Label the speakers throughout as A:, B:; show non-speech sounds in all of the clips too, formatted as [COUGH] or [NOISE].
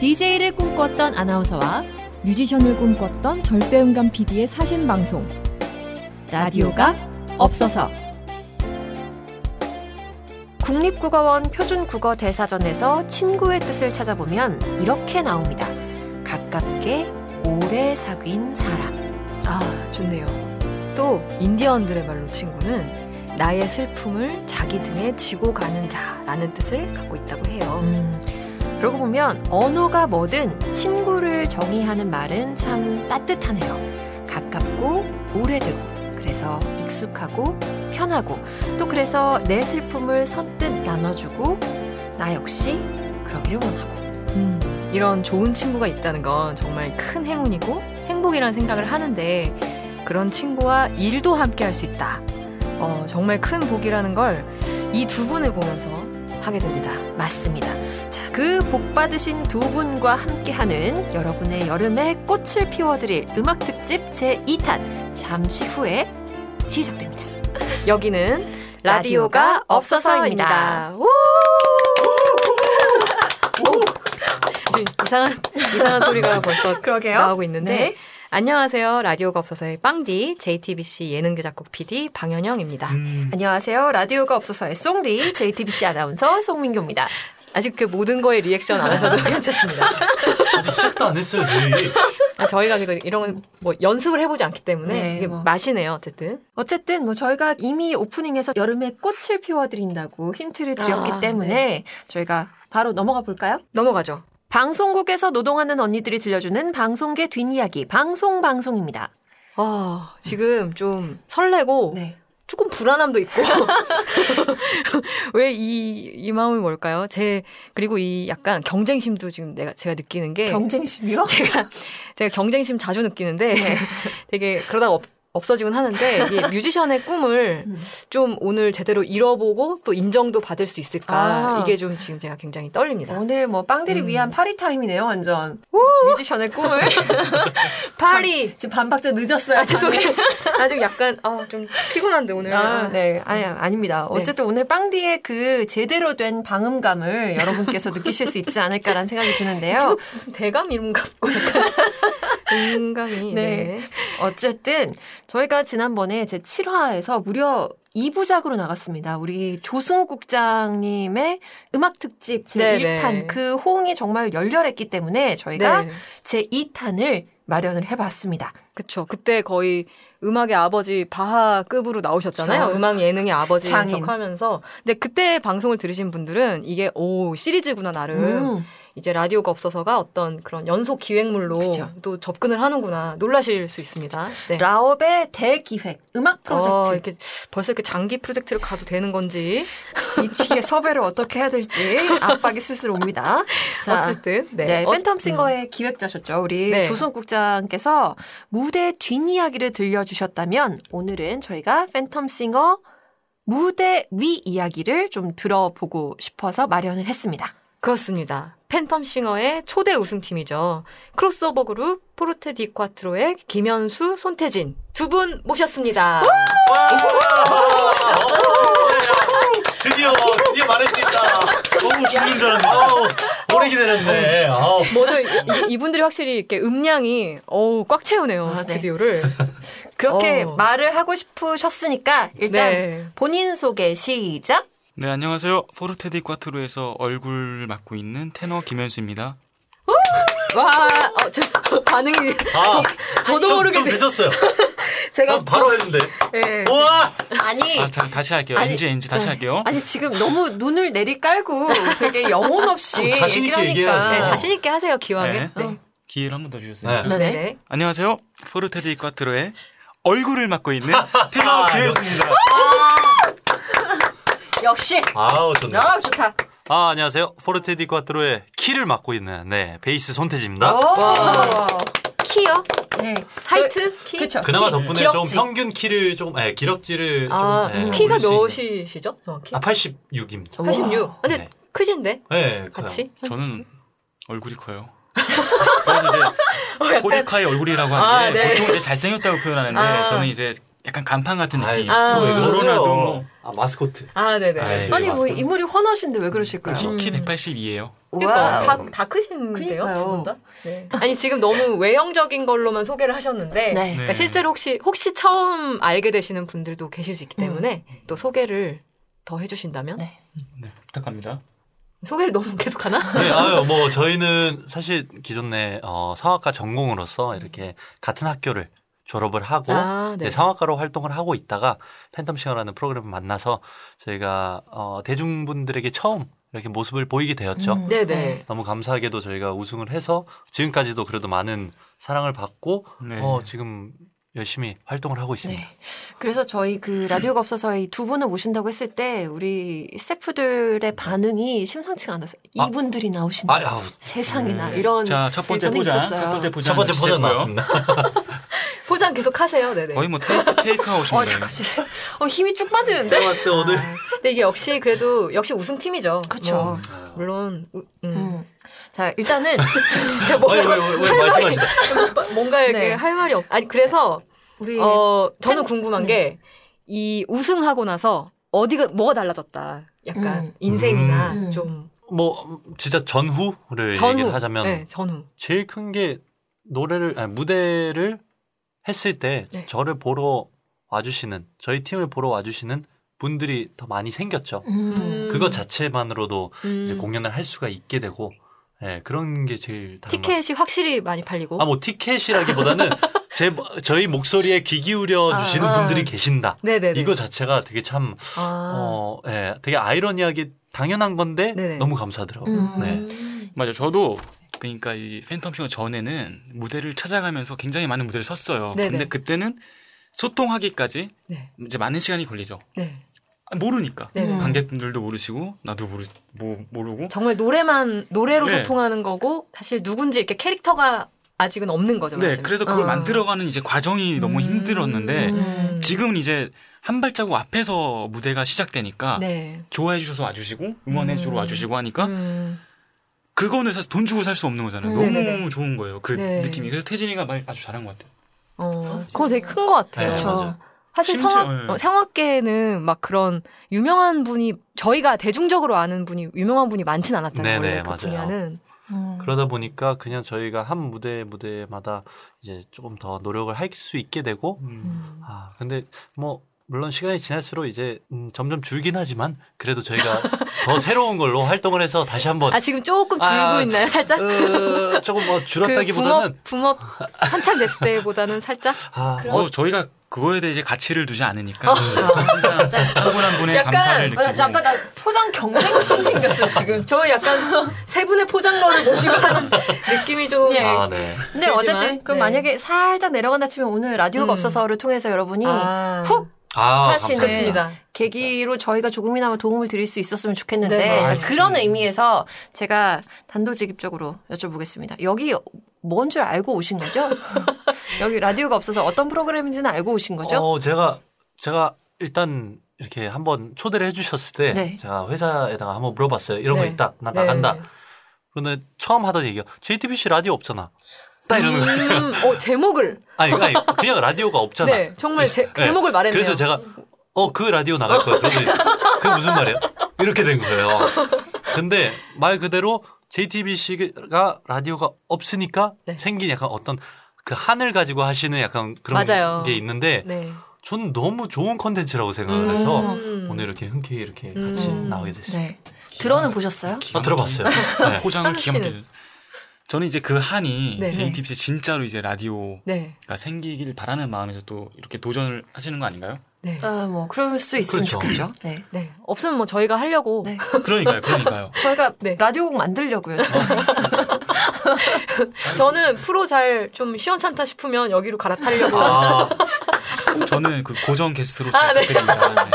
A: DJ를 꿈꿨던 아나운서와
B: 뮤지션을 꿈꿨던 절대음감 PD의 사신 방송.
A: 라디오가 없어서 국립국어원 표준국어대사전에서 친구의 뜻을 찾아보면 이렇게 나옵니다. 가깝게 오래 사귄 사람.
B: 아, 좋네요. 또 인디언들의 말로 친구는 나의 슬픔을 자기 등에 지고 가는 자라는 뜻을 갖고 있다고 해요.
A: 음, 그러고 보면 언어가 뭐든 친구를 정의하는 말은 참 따뜻하네요. 가깝고 오래되고 그래서 익숙하고 편하고 또 그래서 내 슬픔을 선뜻 나눠주고 나 역시 그러기를 원하고.
B: 음, 이런 좋은 친구가 있다는 건 정말 큰 행운이고 행복이라는 생각을 하는데 그런 친구와 일도 함께 할 수 있다. 어, 정말 큰 복이라는 걸 이 두 분을 보면서 하게 됩니다.
A: 맞습니다. 자, 그 복 받으신 두 분과 함께하는 여러분의 여름에 꽃을 피워드릴 음악 특집 제2탄 잠시 후에 시작됩니다.
B: 여기는
A: 라디오가
B: 라디오가
A: 없어서입니다.
B: 없어서입니다. 우! 지금 이상한 이상한 소리가 벌써
A: 그러게요.
B: 나오고 있는데
A: 네.
B: 안녕하세요. 라디오가 없어서의 빵디 JTBC 예능 제작국 PD 방현영입니다.
C: 음,
A: 안녕하세요. 라디오가 없어서의 송디 JTBC 아나운서 송민규입니다.
B: 아직 그 모든 거에 리액션 안
A: [LAUGHS]
B: 하셔도 괜찮습니다.
C: 아직 시작도 안 했어요 저희.
B: 아, 저희가 지금 이런 뭐 연습을 해보지 않기 때문에
A: 네,
B: 이게
A: 뭐.
B: 맛이네요. 어쨌든
A: 어쨌든 뭐 저희가 이미 오프닝에서 여름에 꽃을 피워드린다고 힌트를 드렸기
B: 아,
A: 때문에 저희가 바로 넘어가 볼까요?
B: 넘어가죠.
A: 방송국에서 노동하는 언니들이 들려주는 방송계 뒷이야기 방송 방송입니다.
B: 아 지금 좀 설레고
A: 네.
B: 조금 불안함도 있고 [LAUGHS] 왜 이 이 마음이 뭘까요? 제 그리고 이 약간 경쟁심도 지금 내가 제가 느끼는
A: 예.
B: 게
A: 경쟁심이요?
B: 제가 제가 경쟁심 자주 느끼는데
A: 네.
B: [LAUGHS] 되게 그러다가 없, 없어지곤 하는데 이 뮤지션의 꿈을
A: 음.
B: 좀 오늘 제대로 잃어보고 또 인정도 받을 수 있을까
A: 아.
B: 이게 좀 지금 제가 굉장히 떨립니다.
A: 오늘 뭐 빵들이
B: 음.
A: 위한 파리 타임이네요, 완전. 뮤지션의 꿈을.
B: 파리
A: [LAUGHS] 지금 반박자 늦었어요. [LAUGHS]
B: 아 죄송해요. 아직 약간 아 좀 피곤한데 오늘.
A: 아, 네. 아니, 아닙니다. 어쨌든 오늘 빵디의 그 제대로 된 방음감을 여러분께서 느끼실 수 있지 않을까라는 생각이 드는데요.
B: 계속 무슨 대감 이름 같고 약간 [LAUGHS] 인감이
A: 네.
B: 네.
A: 어쨌든 저희가 지난번에 제 7화에서 무려 2부작으로 나갔습니다. 우리 조승우 국장님의 음악 특집 제
B: 네,
A: 1탄
B: 네.
A: 그 호응이 정말 열렬했기 때문에 저희가
B: 네.
A: 제 2탄을 마련을 해봤습니다.
B: 그쵸. 그때 거의 음악의 아버지 바하급으로 나오셨잖아요.
A: 그쵸.
B: 음악 예능의 아버지인
A: 장인.
B: 척 하면서. 근데 그때 방송을 들으신 분들은 이게 오, 시리즈구나, 나름.
A: 음.
B: 이제 라디오가 없어서가 어떤 그런 연속 기획물로
A: 그쵸.
B: 또 접근을 하는구나. 놀라실 수 있습니다. 네.
A: 라업의 대기획 음악
B: 어,
A: 프로젝트
B: 이렇게 벌써 이렇게 장기 프로젝트를 가도 되는 건지.
A: 이 뒤에 섭외를 어떻게 해야 될지 압박이 슬슬
B: [LAUGHS]
A: 옵니다. 자,
B: 어쨌든. 네.
A: 네,
B: 어,
A: 팬텀싱어의 기획자셨죠. 우리
B: 네.
A: 조승 국장께서 무대 뒷이야기를 들려주셨다면 오늘은 저희가 팬텀싱어 무대 위 이야기를 좀 들어보고 싶어서 마련을 했습니다.
B: 음. 그렇습니다. 팬텀싱어의 초대 우승팀이죠. 크로스오버 그룹 포르테 디콰트로의 김현수, 손태진 두 분 모셨습니다.
C: 와! 드디어 드디어 말할 수 있다. 너무 죽는 줄 알았는데. 아우, 오래 기다렸네. 아우.
B: 먼저 이, 분들이 확실히 이렇게 음량이 어우 꽉 채우네요
A: 아, 네.
B: 스튜디오를.
A: 그렇게
B: 어.
A: 말을 하고 싶으셨으니까 일단
B: 네.
A: 본인 소개 시작.
D: 네, 안녕하세요. 포르테디 콰트로에서 얼굴 맡고 있는 테너 김현수입니다.
B: 와, 어, 저 [LAUGHS] 반응이
C: 아,
B: 저도
C: 좀,
B: 모르게
C: 좀
B: 되- [LAUGHS]
C: 늦었어요.
B: 제가
E: 아,
C: 전 바로 했는데.
B: 예.
C: 우와!
A: 아니
D: 아, 자, 다시 할게요.
A: 아니, 네.
D: NG, NG 다시 할게요.
A: 아니 지금 너무 눈을 내리 깔고 되게 영혼 없이
C: 어, 자신
A: 얘기를
C: 있게
A: 하니까
C: 얘기해야죠.
B: 네, 자신 있게 하세요
A: 아,
B: 기왕에.
D: 네.
B: 어.
D: 기회를 한 번 더 주셨어요.
C: 네.
A: 네네.
B: 네네.
D: 안녕하세요. 포르테디 콰트로의 얼굴을
A: [LAUGHS]
D: 맡고 있는
C: 아,
D: 테너 김현수.
C: 기회였습니다.
B: 아! 역시
C: 아우, 좋네.
A: 아 좋다.
E: 아, 안녕하세요. 포르테디 콰트로의 키를 맡고 있는 네, 베이스 손태지입니다.
B: 어?
A: 오.
B: 키요?
A: 네.
B: 하이트 키.
A: 그렇죠.
E: 그나마 덕분에
A: 기럭지.
E: 좀 평균 키를 조금 예, 기럭지를
B: 아
E: 좀 예,
B: 키가
E: 올릴 수 있는.
B: 몇이시죠? 정확히?
E: 아, 86입니다.
B: 86. 근데
E: 네.
B: 크신데
E: 예. 네,
B: 같이?
D: 저는 얼굴이 커요. 그래서
B: [LAUGHS] 어,
D: 이제 코리카의 얼굴이라고 하는 게
B: 아, 네.
D: 보통 이제 잘생겼다고 표현하는데
B: 아.
D: 저는 이제 약간 간판 같은
C: 아이,
D: 느낌.
B: 아.
C: 또 왜 그러세요?
D: 코로나도 뭐
C: 아 마스코트.
B: 아, 네네.
C: 아, 예.
A: 아니
C: 맞습니다.
A: 뭐 인물이 헌하신데 왜 그러실까요?
D: 키,
B: 음.
D: 키 182이에요.
B: 그러니까
A: 와우.
B: 다, 다 크신데요,
A: 그러니까요.
B: 두분다 네. 아니 지금 너무 외형적인 걸로만 소개를 하셨는데
A: 네.
D: 네.
B: 그러니까 실제로 혹시 혹시 처음 알게 되시는 분들도 계실 수 있기 때문에 또 소개를 더 해주신다면
A: 음. 네.
D: 네, 부탁합니다.
B: 소개를 너무 계속하나?
E: 네, 아유, 뭐 저희는 사실 기존에 어, 사학과 전공으로서 이렇게 같은 학교를 졸업을 하고
B: 아, 네.
E: 이제 상학과로 활동을 하고 있다가 팬텀 싱어라는 프로그램을 만나서 저희가 어, 대중분들에게 처음 이렇게 모습을 보이게 되었죠.
A: 음.
B: 네네.
A: 네.
E: 너무 감사하게도 저희가 우승을 해서 지금까지도 그래도 많은 사랑을 받고
D: 네.
E: 어, 지금 열심히 활동을 하고 있습니다.
A: 네. 그래서 저희 그 라디오가 없어서 이 두 분을 모신다고 했을 때 우리 스태프들의 반응이 심상치가 않았어요.
E: 아.
A: 이분들이 나오신다.
E: 아, 아우,
A: 세상이나
D: 네.
A: 이런
D: 자, 첫 번째
A: 일본이
D: 포장.
A: 있었어요.
D: 첫 번째 포장.
E: 첫 번째 버전
D: 시작했고요.
E: 나왔습니다.
B: 포장 계속 하세요. 네네.
D: 거의 뭐 테이크, 테이크
A: 어 잠깐
D: 아웃입니다.
A: [LAUGHS] 어 힘이 쭉 빠지는데. 아,
E: 제가 봤을 때 오늘
B: 근데 이게 역시 그래도 역시 우승팀이죠. 뭐,
A: 그렇죠.
E: 아,
B: 물론 우- 음.
A: 음. 자 [LAUGHS] 일단은
B: 제가
E: 아니, 왜, 왜, 왜 말씀하시다.
B: 뭐, 뭔가 이렇게
A: 네.
B: 할 말이 없. 아니 그래서
A: 우리
B: 어 저는 궁금한
A: 네.
B: 게 이 우승하고 나서 어디가 뭐가 달라졌다. 약간
A: 음.
B: 인생이나
A: 음.
B: 좀
E: 뭐 진짜 전후를
B: 전후
E: 그 얘기를 하자면
B: 네, 전후.
E: 제일 큰 게 노래를 아니, 무대를 했을 때
B: 네.
E: 저를 보러 와주시는 저희 팀을 보러 와주시는 분들이 더 많이 생겼죠.
A: 음.
E: 그거 자체만으로도
B: 음.
E: 이제 공연을 할 수가 있게 되고 예, 그런 게 제일 다른 것 같아요.
B: 티켓이 확실히 많이 팔리고.
E: 아뭐
B: [LAUGHS]
E: 티켓이라기보다는 제 저희 목소리에 귀 기울여 주시는
B: 아.
E: 분들이 계신다.
B: 네네네.
E: 이거 자체가 되게 참
B: 아.
E: 어, 예, 되게 아이러니하게 당연한 건데
B: 네네.
E: 너무 감사드려요.
A: 음.
E: 네.
D: 맞아요. 저도 그러니까 이 팬텀 싱어 전에는 무대를 찾아가면서 굉장히 많은 무대를 섰어요.
B: 네네.
D: 근데 그때는 소통하기까지
B: 네.
D: 이제 많은 시간이 걸리죠.
B: 네.
D: 아, 모르니까.
B: 네.
A: 음.
D: 관객분들도 모르시고 나도 모르 뭐, 모르고
B: 정말 노래만 노래로
D: 네.
B: 소통하는 거고 사실 누군지 이렇게 캐릭터가 아직은 없는 거죠.
D: 네
B: 말하자면.
D: 그래서 그걸
B: 어.
D: 만들어가는 이제 과정이 너무
B: 음.
D: 힘들었는데
B: 음.
D: 지금 이제 한 발자국 앞에서 무대가 시작되니까
B: 네.
D: 좋아해 어? 주셔서 와주시고 응원해 주러
B: 음.
D: 와주시고 하니까
B: 음.
D: 그거는 사실 돈 주고 살 수 없는 거잖아요
A: 음.
D: 너무
B: 네네네.
D: 좋은 거예요 그
B: 네.
D: 느낌이 그래서 태진이가 말 아주 잘한 것 같아요
B: 어, 그거 되게 큰 것 같아요.
E: 네,
A: 그쵸.
E: 맞아요.
B: 사실
D: 심지어,
B: 성악,
D: 예.
B: 어, 상악계에는 막 그런 유명한 분이 저희가 대중적으로 아는 분이 유명한 분이 많진 않았잖아요.
E: 네네,
B: 원래 그
E: 맞아요.
B: 분야는
A: 음.
E: 그러다 보니까 그냥 저희가 한 무대 무대마다 이제 조금 더 노력을 할 수 있게 되고
B: 음.
E: 아 근데 뭐 물론 시간이 지날수록 이제 음, 점점 줄긴 하지만
B: [LAUGHS]
E: 그래도 저희가 더 새로운 걸로 활동을 해서 다시
D: 어.
E: 한번
B: 아 지금 조금 줄고
E: 아,
B: 있나요, 살짝?
D: 그,
E: 으, 조금 뭐 줄었다기보다는
B: 그 붐업, 붐업 한참 됐을 때보다는 살짝
E: 아,
D: 뭐 저희가 그거에 대해 이제 가치를 두지 않으니까 항상 [LAUGHS]
A: 자,
D: 타고난 분의
B: 약간- 어,
D: 감사를 느끼고
A: 아, 잠깐 나 포장 경쟁심 [LAUGHS] 생겼어요 지금.
B: 저 약간 세 분의 포장러를 모시고 하는 느낌이 좀
A: 예.
E: 아, 네.
A: 근데
B: 들지만,
A: 어쨌든 그럼
B: 네.
A: 만약에 살짝 내려간다 치면 오늘 라디오가
B: 음.
A: 없어서를 통해서 여러분이
B: 아, 네.
A: 훅
E: 아,
A: 하시는-
E: 감사합니다.
B: 좋습니다.
A: 계기로 저희가 조금이나마 도움을 드릴 수 있었으면 좋겠는데
B: 네.
A: 자,
B: 아,
A: 그런 의미에서 제가 단도직입적으로 여쭤보겠습니다. 여기 뭔 줄 알고 오신
E: [LAUGHS]
A: 거죠? 여기 라디오가 없어서 어떤 프로그램인지는 알고 오신 거죠?
E: 어, 제가 제가 일단 이렇게 한번 초대를 해주셨을 때
A: 네.
E: 제가 회사에다가 한번 물어봤어요. 이런
B: 네.
E: 거 있다, 나
B: 네.
E: 나간다. 그런데 처음 하던 얘기가 JTBC 라디오 없잖아. 딱 이러는 거예요.
B: 음, 어 제목을
E: 아니, 그러니까 아니 그냥 라디오가 없잖아.
B: 네 정말 제,
E: 네.
B: 제목을 말했네요.
E: 그래서 제가 어 그 라디오 나갈 거야. 그래서
B: 어.
E: 그게 무슨 말이야? 이렇게 된 거예요. 근데 말 그대로 JTBC가 라디오가 없으니까
B: 네.
E: 생긴 약간 어떤 그 한을 가지고 하시는 약간 그런
B: 맞아요.
E: 게 있는데
B: 네.
E: 저는 너무 좋은 컨텐츠라고 생각을 해서
B: 음.
E: 아, 오늘 이렇게 흔쾌히 이렇게 같이
B: 음.
E: 나오게 됐어요.
A: 네. 들어는 보셨어요?
E: 아,
B: [LAUGHS]
E: 들어봤어요. 네.
D: 포장을
B: 하늘
D: 기가
B: 씨는?
D: 막히게 저는 이제 그 한이
B: 네.
D: JTBC 진짜로 이제 라디오
B: 네.
D: 가 생기길 바라는 마음에서 또 이렇게 도전을 하시는 거 아닌가요?
B: 네.
A: 아, 뭐 그럴 수 있으면
E: 그렇죠. 어.
A: 좋겠죠. 네.
B: 네. 없으면 뭐 저희가 하려고
A: 네.
D: 그러니까요, 그러니까요.
E: [LAUGHS]
A: 저희가
B: 네.
A: 라디오곡 만들려고요.
E: 어.
A: 지금.
B: 저는 프로 잘 좀 시원찮다 싶으면 여기로 갈아타려고
E: 아,
D: 저는 그 고정 게스트로
B: 아,
D: 잘
B: 네.
D: 부탁드립니다. 네.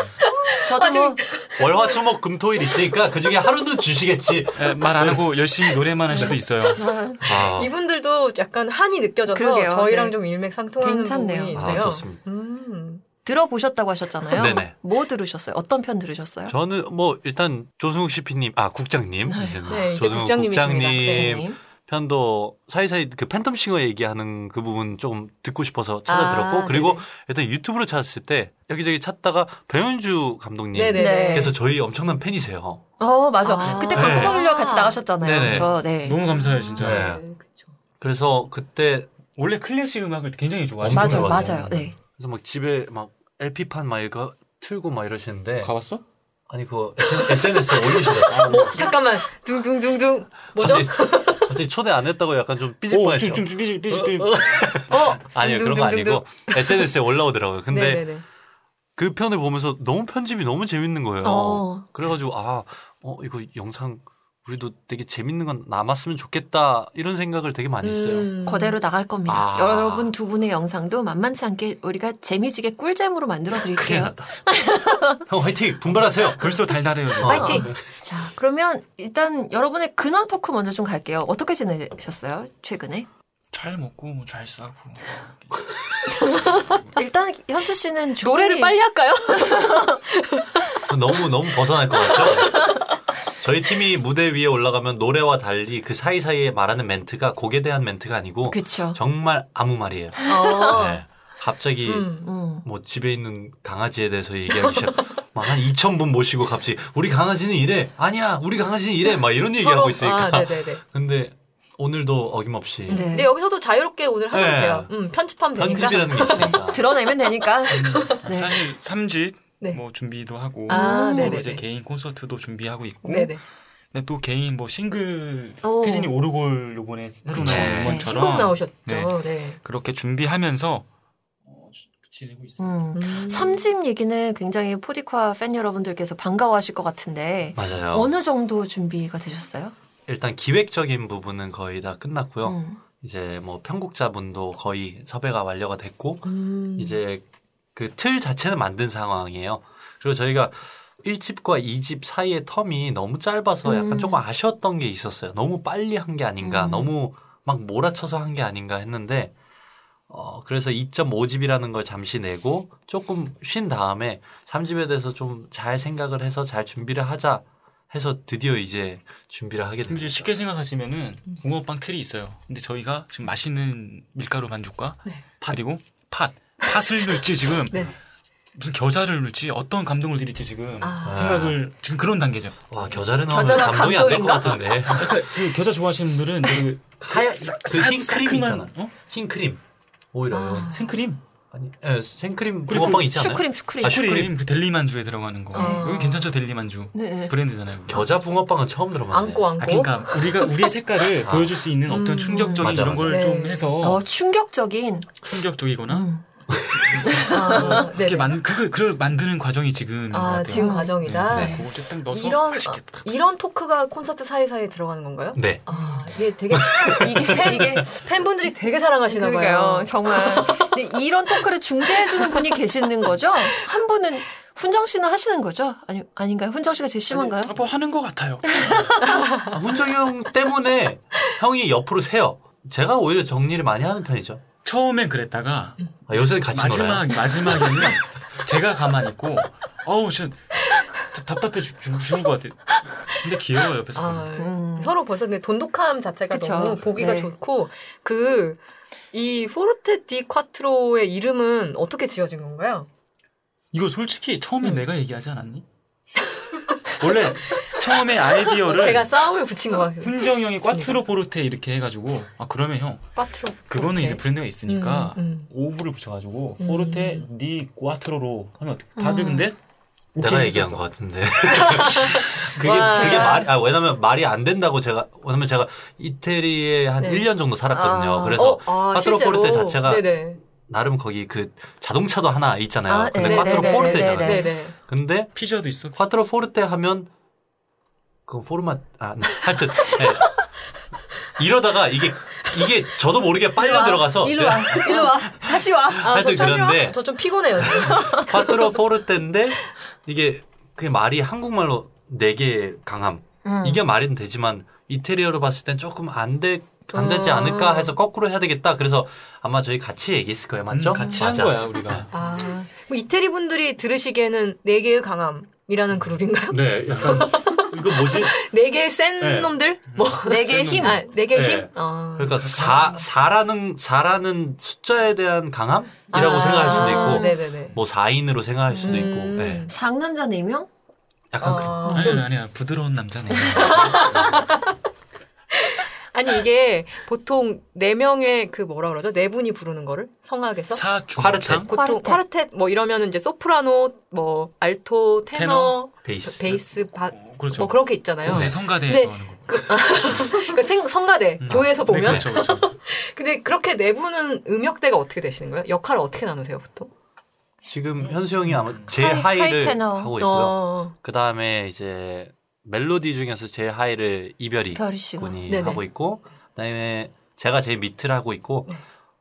A: 저도
B: 아, 지금
A: 뭐
E: 월화 수목 금토일 있으니까 그 중에 하루는 주시겠지.
D: 네, 말안 하고 열심히 노래만 할
E: 네.
D: 수도 있어요.
A: 뭐,
E: 아,
B: 이분들도 약간 한이 느껴져서
A: 그러게요.
B: 저희랑
A: 네.
B: 좀 일맥상통하는
A: 괜찮네요.
B: 부분이
E: 아,
B: 있네요.
E: 좋습니다.
B: 음.
A: 들어보셨다고 하셨잖아요.
E: 네네.
A: 뭐 들으셨어요? 어떤 편 들으셨어요?
E: 저는 뭐 일단 조승욱 CP님, 아 국장님, 이제
B: 네, 이제
E: 조승욱
B: 국장님이십니다.
E: 국장님
A: 선생님.
E: 편도 사이사이 그 팬텀싱어 얘기하는 그 부분 조금 듣고 싶어서 찾아 들었고
B: 아,
E: 그리고
B: 네네.
E: 일단 유튜브로 찾았을 때 여기저기 찾다가 배현주 감독님께서
B: 네네.
A: 네.
E: 저희 엄청난 팬이세요.
A: 어 맞아.
B: 아.
A: 그때
E: 네.
A: 방구석훈련 같이 나가셨잖아요.
E: 네네.
A: 그렇죠. 네.
D: 너무 감사해요 진짜.
E: 네.
B: 그쵸.
E: 그래서 그때
D: 원래 클래식 음악을 굉장히 좋아하시죠.
E: 엄청
A: 맞아, 요
E: 좋아하세요.
A: 맞아요. 네.
E: 그래서 막 집에 막 LP 판막 이거 틀고 막 이러시는데
D: 가봤어?
E: 아니 그거 SNS에 올리시더라고요.
B: 잠깐만 둥둥둥둥 뭐죠?
E: 갑자기, 갑자기 초대 안 했다고 약간 좀 삐질
D: 오,
E: 뻔했죠.
D: 좀, 좀 삐질, 삐질, 삐질.
B: 어
E: 아니요 그런 거 아니고 SNS에 올라오더라고요. 근데
B: 네네네.
E: 그 편을 보면서 너무 편집이 너무 재밌는 거예요.
A: 어.
E: 그래가지고 아, 어 이거 영상 우리도 되게 재밌는 건 남았으면 좋겠다 이런 생각을 되게 많이 했어요.
B: 음.
A: 거대로 나갈 겁니다.
E: 아.
A: 여러분 두 분의 영상도 만만치 않게 우리가 재미지게 꿀잼으로 만들어
E: 큰일
A: 드릴게요.
E: 났다. 형 화이팅 분발하세요.
D: 벌써 달달해요. 지금.
B: 화이팅!
A: 자, 그러면 일단 여러분의 근황 토크 먼저 좀 갈게요. 어떻게 지내셨어요? 최근에?
D: 잘 먹고 뭐 잘 싸고.
A: 일단 현수 씨는
B: [LAUGHS] 노래를
A: 조용히-
B: 빨리 할까요?
E: 아, 너무 너무 벗어날 것 같죠? 저희 팀이 무대 위에 올라가면 노래와 달리 그 사이사이에 말하는 멘트가 곡에 대한 멘트가 아니고
A: 그쵸.
E: 정말 아무 말이에요.
B: 어.
E: 네. 갑자기
B: 음.
A: 음.
E: 뭐 집에 있는 강아지에 대해서 얘기하기 시작. [LAUGHS] 막한 2,000분 모시고 갑자기 우리 강아지는 이래. 아니야, 우리 강아지는 이래. 막 이런
B: 서로-
E: 얘기하고 있으니까. 음.
B: 아, 네네네.
E: 근데 오늘도 어김없이
A: 네.
B: 근데 여기서도 자유롭게 오늘 하셔도
E: 네.
B: 돼요. 음, 편집하면 되니까.
E: 편집이라는 게 있으니까.
A: 드러내면 되니까.
B: [LAUGHS]
A: 네.
D: 음. 사실 3집
B: 네.
D: 뭐 준비도 하고.
B: 아,
A: 음.
D: 서로
B: 네네네.
D: 이제 개인 콘서트도 준비하고 있고.
B: 네네.
D: 근데 또 개인 뭐 싱글
A: 오.
D: 태진이 오르골 요번에 새로
E: 그쵸.
D: 나온
E: 네.
D: 것처럼
B: 신곡 나오셨죠. 네.
D: 네. 그렇게 준비하면서 어, 지- 지내고 있어요.
A: 음.
B: 음.
A: 3집 얘기는 굉장히 포디콰 팬 여러분들께서 반가워하실 것 같은데
E: [LAUGHS] 맞아요.
A: 어느 정도 준비가 되셨어요?
E: 일단 기획적인 부분은 거의 다 끝났고요.
A: 음.
E: 이제 뭐 편곡자분도 거의 섭외가 완료가 됐고
B: 음.
E: 이제 그 틀 자체는 만든 상황이에요. 그리고 저희가 1집과 2집 사이의 텀이 너무 짧아서 약간
A: 음.
E: 조금 아쉬웠던 게 있었어요. 너무 빨리 한 게 아닌가,
A: 음.
E: 너무 막 몰아쳐서 한 게 아닌가 했는데, 어, 그래서 2.5집이라는 걸 잠시 내고 조금 쉰 다음에 3집에 대해서 좀 잘 생각을 해서 잘 준비를 하자 해서 드디어 이제 준비를 하게
D: 근데
E: 됐죠.
D: 이제 쉽게 생각하시면은 붕어빵 틀이 있어요. 근데 저희가 지금 맛있는 밀가루 반죽과
B: 네.
D: 그리고 팥 팥을 넣을지 지금
B: 네.
D: 무슨 겨자를 넣을지 어떤 감동을 드릴지 지금
B: 아.
D: 생각을 지금 그런 단계죠.
E: 와, 겨자를 넣으면
A: 겨자가
E: 감동이 안 될 것
A: 감동인가?
E: 같은데.
D: 약간
A: [LAUGHS]
D: 그 겨자 좋아하시는 분들은 그
E: 하얀, 그흰 크림
D: 상큼한,
E: 있잖아.
D: 어?
E: 흰 크림. 오히려.
B: 아.
D: 생크림
E: 아니, 예, 생크림
B: 그렇죠.
D: 그리고
E: 붕어빵 있지 않아요?
A: 슈크림 슈크림.
E: 아, 슈-
D: 슈크림 그 델리만주에 들어가는 거.
B: 아.
D: 여기 괜찮죠 델리만주
A: 네.
E: 어.
D: 브랜드잖아요. 그거.
E: 겨자 붕어빵은 처음 들어봤네.
B: 안고 안고.
D: 아, 그러니까 우리가 우리의 색깔을
E: 아.
D: 보여줄 수 있는
B: 음.
D: 어떤 충격적인
E: 맞아,
D: 이런 걸
B: 맞아.
D: 좀
B: 네.
D: 해서
A: 어 충격적인.
D: 충격적이거나
A: 음.
B: 아, 네네.
D: 이렇게 만뭐 그걸 그걸 만드는 과정이 지금
B: 아, 지금
E: 음,
B: 과정이다.
D: 네, 네. 그거 좀딱 넣어서
B: 이런
D: 맛있겠다.
B: 이런 토크가 콘서트 사이사이에 들어가는 건가요?
E: 네.
B: [LAUGHS] 아, 이게
E: [LAUGHS]
B: 되게
A: 이게 이게
B: 팬분들이 되게 사랑하시나
A: 그러니까요
B: 봐요.
A: 정말. [LAUGHS] 근데 이런 토크를 중재해 주는 분이 계시는 거죠? 한 분은 훈정 씨는 하시는 거죠? 아니 아닌가요? 훈정 씨가 제일 심한가요?
D: 아니, 뭐 하는 것 같아요. [LAUGHS]
E: 아, 훈정이 형 때문에 형이 옆으로 세요. 제가 오히려 정리를 많이 하는 편이죠.
D: 처음엔 그랬다가
E: 아, 요새는 같이 놀아요.
D: 마지막 마지막에는 제가 가만히 있고 어우 진짜 참 답답해 죽, 죽, 죽을 것 같아. 근데 귀여워 옆에서
B: 아,
D: 보면.
A: 음.
B: 서로 벌써 근데 돈독함 자체가
A: 그쵸.
B: 너무 보기가
A: 네.
B: 좋고 그 이 포르테 디 콰트로의 이름은 어떻게 지어진 건가요?
D: 이거 솔직히 처음에
B: 음.
D: 내가 얘기하지 않았니? [LAUGHS] 원래 처음에 아이디어를
B: 제가 싸움을 붙인 것 같아요.
D: 훈정이 형이
B: 맞습니다.
D: 꽈트로 포르테 이렇게 해가지고 아 그러면 형
B: 꽈트로.
D: 그거는
B: 포르테.
D: 이제 브랜드가 있으니까
B: 음, 음.
D: 오브를 붙여가지고
B: 음. 아.
D: 포르테 니 꽈트로로 하면 어떡해 다들
A: 음.
D: 근데
E: 내가
D: 오케이
E: 얘기한
D: 했었어.
E: 것
D: [LAUGHS]
E: 같은데.
D: 그게
B: 와.
E: 그게 말이, 아, 왜냐면 말이 안 된다고 제가, 왜냐면 제가 이태리에 한
B: 네.
E: 1년 정도 살았거든요.
A: 아.
E: 그래서
B: 어, 아,
E: 꽈트로
B: 실제로.
E: 포르테 자체가
B: 네네.
E: 나름 거기 그 자동차도 하나 있잖아요.
A: 아,
E: 근데
B: 네네네,
E: 꽈트로
B: 네네,
E: 포르테잖아요.
A: 네네.
B: 네네.
E: 근데
D: 피자도 있어
E: 꽈트로 포르테 하면 그 포르마 아 네. 하여튼 네. 이러다가 이게 이게 저도 모르게 빨려
B: 이리 와,
E: 들어가서 네.
A: 일로 와, 일로 와, 다시 와.
B: 아,
E: 하여튼
B: 저
E: 그런데-
B: 저 좀 피곤해요.
E: 꽈트로 네. 포르테인데 이게 그게 말이 한국말로 네 개 강함
A: 음.
E: [LAUGHS] 이게 말은 되지만 이태리어로 봤을 땐 조금 안돼안
B: 음.
E: 되지
A: 아.
E: 않을까 해서 거꾸로 해야 되겠다 그래서 아마 저희 같이 얘기했을 거예요 맞죠?
D: 음, 같이 한
E: 맞아.
D: 거야 우리가
B: 아, 뭐 이태리 분들이 들으시기에는 네 개의 강함이라는 그룹인가요? [LAUGHS]
E: 네 약간
C: 이거 뭐지?
B: 네 개의 센
C: 네.
B: 놈들?
E: 음.
B: 뭐.
A: 내게 힘.
B: 아, 네 개의
C: 네.
B: 힘? 어.
E: 그러니까 4, 4라는, 4라는 숫자에 대한 강함이라고
A: 아.
E: 생각할 수도 있고,
B: 아. 네네네.
E: 뭐 4인으로 생각할 수도 있고,
B: 음.
E: 예.
A: 상남자 네명
E: 약간 그런.
B: 어.
D: 아니 아니 아니
B: [LAUGHS]
D: 부드러운 남자네.
B: 아니 이게 보통 네 명의 그 뭐라 그러죠? 네 분이 부르는 거를 성악에서
D: 사중창
A: 쿼르텟.
B: 보통 쿼르텟 뭐 이러면은 이제 소프라노 뭐 알토 테너,
D: 테너,
E: 베이스.
B: 그 베이스 바,
D: 그렇죠.
B: 뭐 그런 게 있잖아요.
D: 네, 성가대에서
B: 네.
D: 하는 거.
B: 그러니까 생, 성가대
D: 음.
B: 교회에서 보면
D: 네, 그렇죠, 그렇죠.
B: 근데 그렇게 네 분은 음역대가 어떻게 되시는 거예요? 역할을 어떻게 나누세요 보통?
E: 지금 현수 형이 아마 제일
A: 하이- 하이
E: 하이를
A: 테너.
E: 하고 뭐 있고요.
B: 어,
E: 그 다음에 이제 멜로디 중에서 제일 하이를 이별이
A: 별이 씨가.
E: 군이
B: 네네.
E: 하고 있고 그다음에 제가 제일 밑을 하고 있고
B: 네.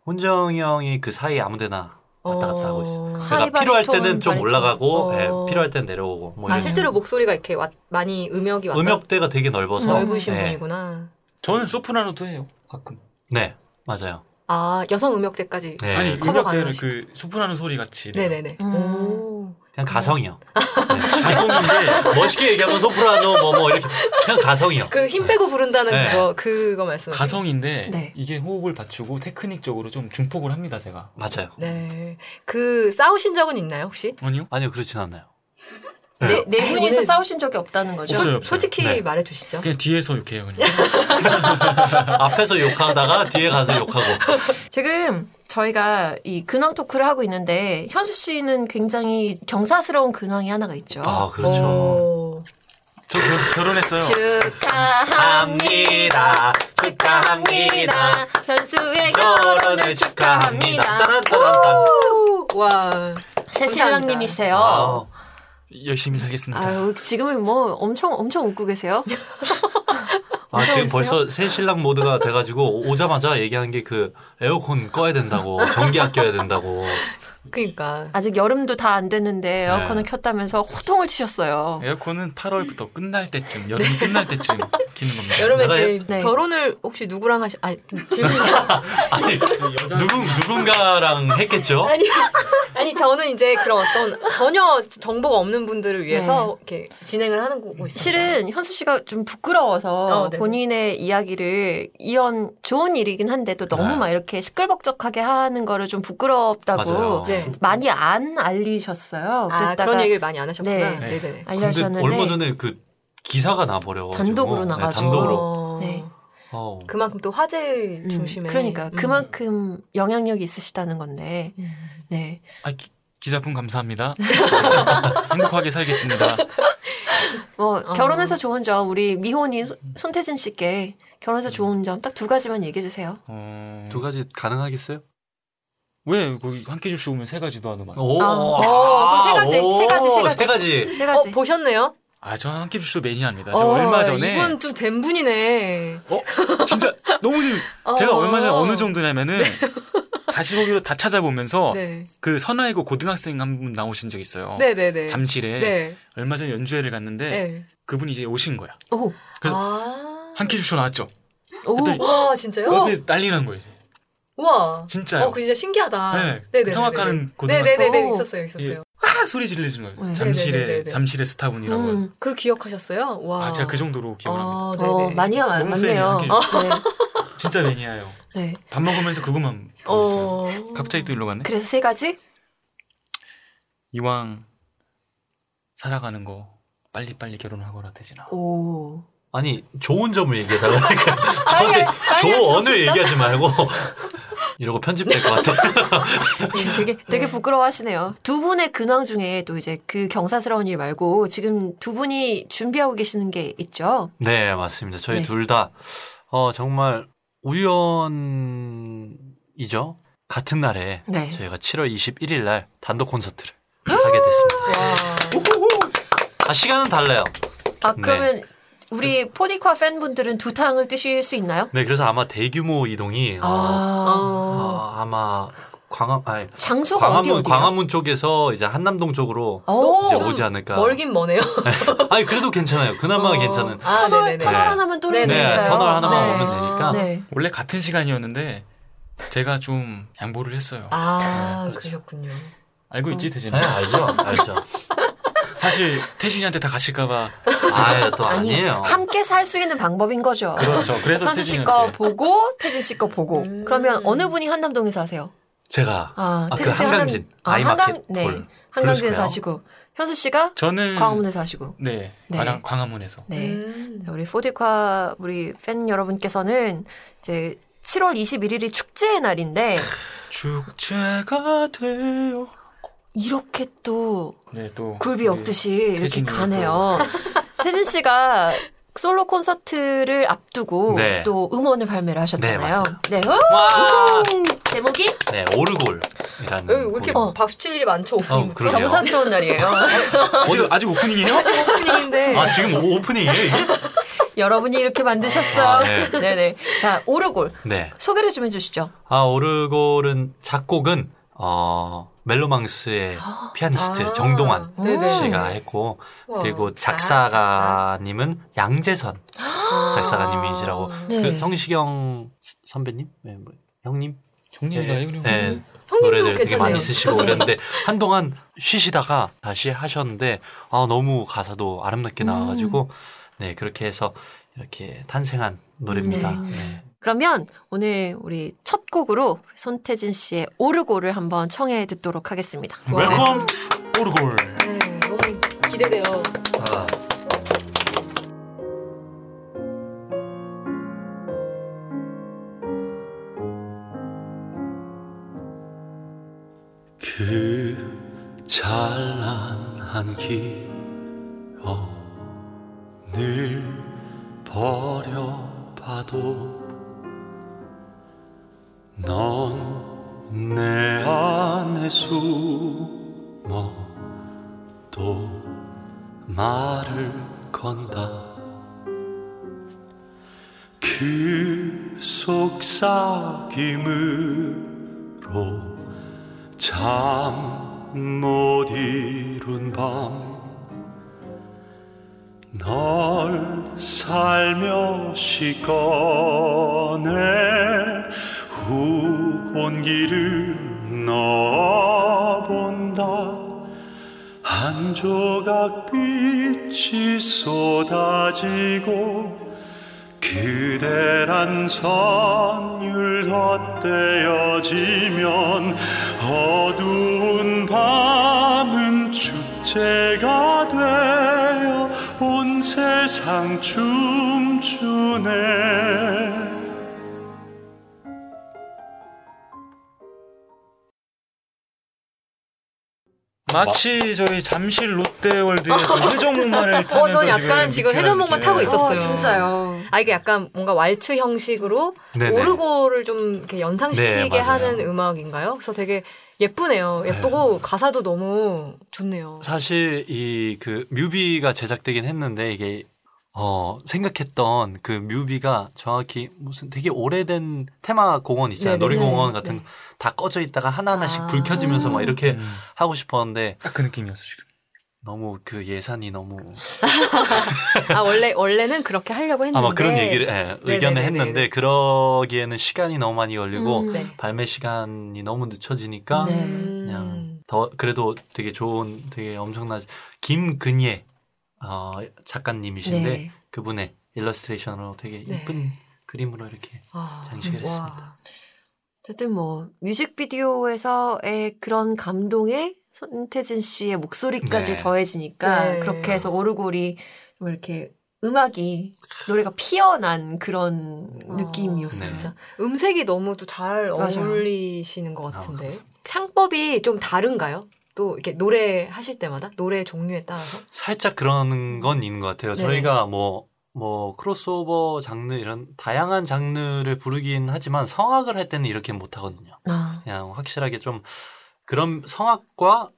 E: 혼정이 형이 그 사이 아무데나 왔다 갔다 하고 있어요.
B: 있어.
E: 그러니까
A: 하이
E: 필요할
A: 바리톤,
E: 때는 좀
A: 바리톤.
E: 올라가고
B: 어.
E: 예, 필요할 때는 내려오고 뭐
B: 아
E: 이런
B: 실제로 목소리가 이렇게 왔- 많이 음역이 왔다
E: 음역대가 되게 넓어서
B: 넓으신
E: 예.
B: 분이구나.
D: 저는 소프라노도 해요. 가끔.
E: 네 맞아요.
B: 아 여성 음역대까지.
E: 네.
D: 아니
B: 커버
D: 음역대를
B: 가능하시고.
D: 그 소프라노 소리 같이. 내요.
B: 네네네.
A: 음.
B: 오.
E: 그냥 가성이요.
B: 네.
E: 네.
B: [LAUGHS]
D: 가성인데
E: 멋있게 얘기하면 소프라노 뭐 뭐 이렇게 그냥 가성이요.
B: 그 힘 빼고 부른다는
E: 네.
B: 그거 그거 말씀.
D: 가성인데
A: 네.
D: 이게 호흡을 받추고 테크닉적으로 좀 중폭을 합니다 제가.
E: 맞아요.
B: 네. 그 싸우신 적은 있나요 혹시?
D: 아니요?
E: 아니요 그렇진 않나요.
A: 네, 네
B: 에이,
A: 분이서
B: 오늘-
A: 싸우신 적이 없다는 거죠?
D: 없어요.
B: 솔직히
E: 네.
B: 말해주시죠.
D: 그냥 뒤에서 이렇게 해요
B: [LAUGHS]
D: 그냥.
E: 앞에서 욕하다가 뒤에 가서 욕하고
A: 지금 저희가 이 근황 토크를 하고 있는데 현수 씨는 굉장히 경사스러운 근황이 하나가 있죠.
E: 아 그렇죠.
A: 어.
B: 오.
D: 저 결, 결혼했어요.
A: 축하합니다. 축하합니다. 현수의 결혼을 축하합니다.
E: 따란따란따란.
B: 와.
A: 새
E: 아,
A: 신랑님이세요.
D: 열심히 살겠습니다.
A: 아유, 지금은 뭐 엄청 엄청 웃고 계세요.
E: 아, 지금
A: 있어요?
E: 벌써 새 신랑 모드가 돼가지고 오자마자 얘기하는 게 그 에어컨 꺼야 된다고 전기 아껴야 된다고
B: 그러니까.
A: 아직 여름도 다 안
E: 네.
A: 됐는데 에어컨을 켰다면서 호통을 치셨어요.
D: 에어컨은 8월부터 끝날 때쯤 여름이 끝날
B: [LAUGHS]
D: 때쯤 키는 겁니다.
B: 음. 네. 여름에
E: 내가
B: 제일
A: 네.
B: 결혼을 혹시 누구랑 하시? 아니 좀 질문. [LAUGHS]
E: 아니 누군 누군가랑 했겠죠?
B: 아니 아니 저는 이제 그런 어떤 전혀 정보가 없는 분들을 위해서 이렇게 진행을 하는 거고 있어요.
A: 네. 실은 현수 씨가 좀 부끄러워서
B: 어, 네네.
A: 본인의 이야기를 이런 좋은 일이긴 한데 또 너무
E: 네.
A: 막 이렇게 시끌벅적하게 하는 거를 좀 부끄럽다고
E: 맞아요.
B: 네.
A: 많이 안 알리셨어요.
B: 아
A: 그랬다가
B: 그런 얘기를 많이 안 하셨구나.
A: 네.
B: 네. 네네.
E: 근데
A: 알려주셨는데
E: 얼마 전에 그 기사가 나버려가지고
A: 단독으로 나가지고.
E: 단독으로
B: 어,
A: 네.
E: 어,
B: 그만큼 또 화제
A: 음,
B: 중심에.
A: 그러니까
B: 음.
A: 그만큼 영향력이 있으시다는 건데
B: 음.
A: 네
D: 아, 기, 기자분 감사합니다.
B: 네.
D: [LAUGHS] 행복하게 살겠습니다.
A: 뭐
B: 어.
A: 결혼해서 좋은 점 우리 미혼인 손- 손태진 씨께 결혼해서 좋은 점 딱 두 가지만 얘기해 주세요.
D: 어...
E: 두 가지 가능하겠어요?
D: 왜 거기 한 끼줄 씨 오면 세 가지도 하더만.
E: 오,
A: 아. 오, 그럼 세 가지, 세 가지, 세 가지.
E: 어, 세 가지.
A: 세
B: 어
A: 가지.
B: 보셨네요?
D: 아, 저한 끼줄 씨 매니아입니다. 제가 얼마 전에
B: 어, 이분 좀 된 분이네.
D: 어, 진짜 너무 재밌... 제가
B: 어.
D: 얼마 전에
B: [LAUGHS]
D: 어느 정도냐면은 다시 보기로 다 찾아보면서
B: 네.
D: 그 선화이고 고등학생 한 분 나오신 적 있어요.
B: 네네네.
D: 잠실에
B: 네.
D: 얼마 전에 연주회를 갔는데
B: 네.
D: 그분이 이제 오신 거야.
A: 오,
D: 그래서
B: 아.
D: 한 끼줄 씨 나왔죠.
A: 오,
D: 그랬더니
B: 와 진짜요?
D: 옆에 난리 난 거예요. 이제.
B: 와.
D: 진짜요.
B: 어, 그 진짜 신기하다.
D: 네,
B: 네네네네.
D: 성악하는 고등학생
B: 네네네네
A: 오.
B: 있었어요, 있었어요.
D: 아 소리 질러주는 거예요.
A: 네.
D: 잠실에
B: 네네네네.
D: 잠실의 스타분이라고.
A: 음.
B: 그걸 기억하셨어요? 와.
D: 아 제가 그 정도로 기억을 합니다.
B: 아, 네네.
A: 어, 많이야
D: 너무
A: 많네요. 어.
D: 세네요. 진짜 매니아예요.
A: 네. 네.
D: 밥 먹으면서 그것만 보고 있어요.
B: 어.
D: 갑자기 또 일로 가네.
A: 그래서 세 가지.
D: 이왕 살아가는 거 빨리 빨리 결혼하거라 대진아.
A: 오,
E: 아니 좋은 점을 얘기하다가 그러니까 저한테 조언을 얘기하지 말고 [LAUGHS] 이러고 편집될 것
A: [LAUGHS]
E: 같아.
A: 되게 되게
B: 네.
A: 부끄러워하시네요. 두 분의 근황 중에 또 이제 그 경사스러운 일 말고 지금 두 분이 준비하고 계시는 게 있죠.
E: 네 맞습니다. 저희
A: 네.
E: 둘 다 어, 정말 우연이죠. 같은 날에
A: 네.
E: 저희가 7월 21일 날 단독 콘서트를 하게
A: [GASPS]
E: 됐습니다.
B: 와.
E: 아 시간은 달라요.
A: 아 그러면 우리 포디콰 팬분들은 두 탕을 뜨실 수 있나요?
E: 네 그래서 아마 대규모 이동이
A: 아,
E: 어,
B: 어.
E: 어, 아마 광화문 아니,
A: 장소가 어디
E: 광화문
A: 어디예요? 어,
E: 광화문 쪽에서 이제 한남동 쪽으로
A: 오,
E: 이제
B: 좀
E: 오지 않을까.
B: 멀긴 머네요.
E: [LAUGHS] 아니 그래도 괜찮아요. 그나마
B: 어.
E: 괜찮은.
B: 아,
A: 터널,
B: 네네네.
A: 터널
E: 네.
A: 하나만 뚫으면
B: 네,
A: 되니까요.
E: 터널 하나만
A: 네.
E: 오면 되니까.
A: 네.
D: 원래 같은 시간이었는데 제가 좀 양보를 했어요.
B: 아, 그러셨군요.
D: 알고 있지 대진아.
E: 네, 알죠, 알죠.
D: 사실 태신이한테 다 가실까봐
B: [LAUGHS]
E: 아유 또
A: 아니,
E: 아니에요.
A: 함께 살 수 있는 방법인 거죠.
D: 그렇죠. 그래서
A: 선수 씨 거
D: 태신이한테
A: 보고 태진 씨 거 보고
B: 음.
A: 그러면 어느 분이 한남동에서 하세요?
E: 제가
A: 아,
E: 아,
A: 태진
E: 그
A: 씨 한남-
E: 한강진,
A: 아,
E: 아이마켓
A: 한강 네
E: 홀,
A: 한강진에서
E: 블루스퀘어.
A: 하시고 현수 씨가
D: 저는
A: 광화문에서 하시고
D: 네,
A: 네.
D: 광- 광화문에서
A: 네
B: 음.
A: 자,
D: 음.
A: 우리 포디콰 우리 팬 여러분께서는 이제 7월 21일이 축제의 날인데
D: 축제가 돼요.
A: 이렇게 또
D: 네, 또
A: 굴비
E: 예.
D: 우리
A: 없듯이 이렇게
D: 태진이 또.
A: 가네요. [LAUGHS] 태진 씨가 솔로 콘서트를 앞두고
E: 네.
A: 또 음원을 발매를 하셨잖아요. 네, 어?
E: 와,
A: 제목이
E: 네
B: 왜
E: 오르골이라는
B: 이렇게
E: 곡.
A: 어.
B: 박수 칠 일이 많죠 오프닝부터?
E: 그러게요.
A: 경사스러운 날이에요.
D: 아직 아직 오프닝이에요?
B: 아직 오프닝인데
E: 아 지금 오- 오프닝이에요. 이게?
A: [LAUGHS] 여러분이 이렇게 만드셨어요.
E: 아,
A: [LAUGHS]
E: 네.
A: 네네. 자, 오르골.
E: 네.
A: 소개를 좀 해주시죠.
E: 아 오르골은 작곡은 어 멜로망스의 피아니스트
B: 아.
E: 정동환
B: 네네. 어,
E: 씨가 했고
B: 와.
E: 그리고
B: 아,
E: 작사가님은 양재선
B: 작사.
E: 작사가님이시라고.
A: 네.
E: 그 성시경 스- 선배님, 네, 뭐, 형님,
D: 형님이다
E: 네,
D: 이그
E: 네,
B: 형님도
E: 노래들 되게
B: 괜찮네요.
E: 많이 쓰시고 그랬는데 [LAUGHS] 한동안 쉬시다가 다시 하셨는데 아 너무 가사도
B: 음.
E: 아름답게 나와가지고 네 그렇게 해서 이렇게 탄생한 노래입니다.
A: 네.
E: 네.
A: 그러면 오늘 우리 첫 곡으로 손태진 씨의 오르골을 한번 청해 듣도록 하겠습니다.
E: 네.
B: 와.
D: 웰컴 투 오르골.
B: 네, 너무 기대돼요.
E: 그 찬란 한 기억 늘 버려봐도 넌 내 안에 숨어 또 말을 건다 그 속삭임으로 잠 못 이룬 밤 널 살며시 꺼내 훅 온기를 넣어본다 한 조각 빛이 쏟아지고 그대란 선율 덧대어지면 어두운 밤은 축제가 되어 온 세상 춤추네
D: 마치 저희 잠실
B: [LAUGHS]
D: 롯데월드에서 회전목마를 타면서
B: 어, 저는 약간 지금
D: 미쳐야
B: 회전목마
D: 이렇게.
B: 타고
A: 어,
B: 있었어요.
A: 진짜요.
B: 아 이게 약간 뭔가 왈츠 형식으로
E: 네네.
B: 오르골을 좀 이렇게 연상시키게
E: 네, 맞아요.
B: 하는 음악인가요? 그래서 되게 예쁘네요. 예쁘고 가사도 너무 좋네요.
E: 사실 이 그 뮤비가 제작되긴 했는데 이게 어 생각했던 그 뮤비가 정확히 무슨 되게 오래된 테마 공원 있잖아요
B: 네네네.
E: 놀이공원 같은
B: 네.
E: 거 다 꺼져 있다가 하나 하나씩
B: 아.
E: 불 켜지면서 막 이렇게
D: 음,
E: 하고 싶었는데
D: 딱그 느낌이었어 지금.
E: 너무 그 예산이 너무
B: 아 원래 원래는 그렇게 하려고 했는데
E: 아마 그런 얘기를 예, 의견을
B: 네네네네.
E: 했는데 그러기에는 시간이 너무 많이 걸리고
A: 음.
B: 네.
E: 발매 시간이 너무 늦춰지니까
A: 네.
E: 그냥
B: 음.
E: 더 그래도 되게 좋은 되게 엄청나게 김근예 어, 작가님이신데
A: 네.
E: 그분의 일러스트레이션으로 되게
B: 네.
E: 이쁜 그림으로 이렇게
B: 아,
E: 장식을
B: 와.
E: 했습니다.
A: 어쨌든 뭐 뮤직비디오에서의 그런 감동에 손태진 씨의 목소리까지
E: 네.
A: 더해지니까
B: 네.
A: 그렇게 해서 오르골이 뭐 이렇게 음악이 노래가 피어난 그런
B: 어,
A: 느낌이었어요.
E: 진짜.
B: 음색이 너무 또 잘
A: 맞아요.
B: 어울리시는 것 같은데
E: 감사합니다.
B: 창법이 좀 다른가요? 또 이렇게 노래 하실 때마다 노래 종류에 따라서
E: 살짝 그런 건 있는 것 같아요.
B: 네네.
E: 저희가 뭐, 뭐, 크로스오버 장르 이런 다양한 장르를 부르긴 하지만 성악을 할 때는 이렇게 못 하거든요.
A: 아,
E: 그냥 확실하게 좀 그런 성악과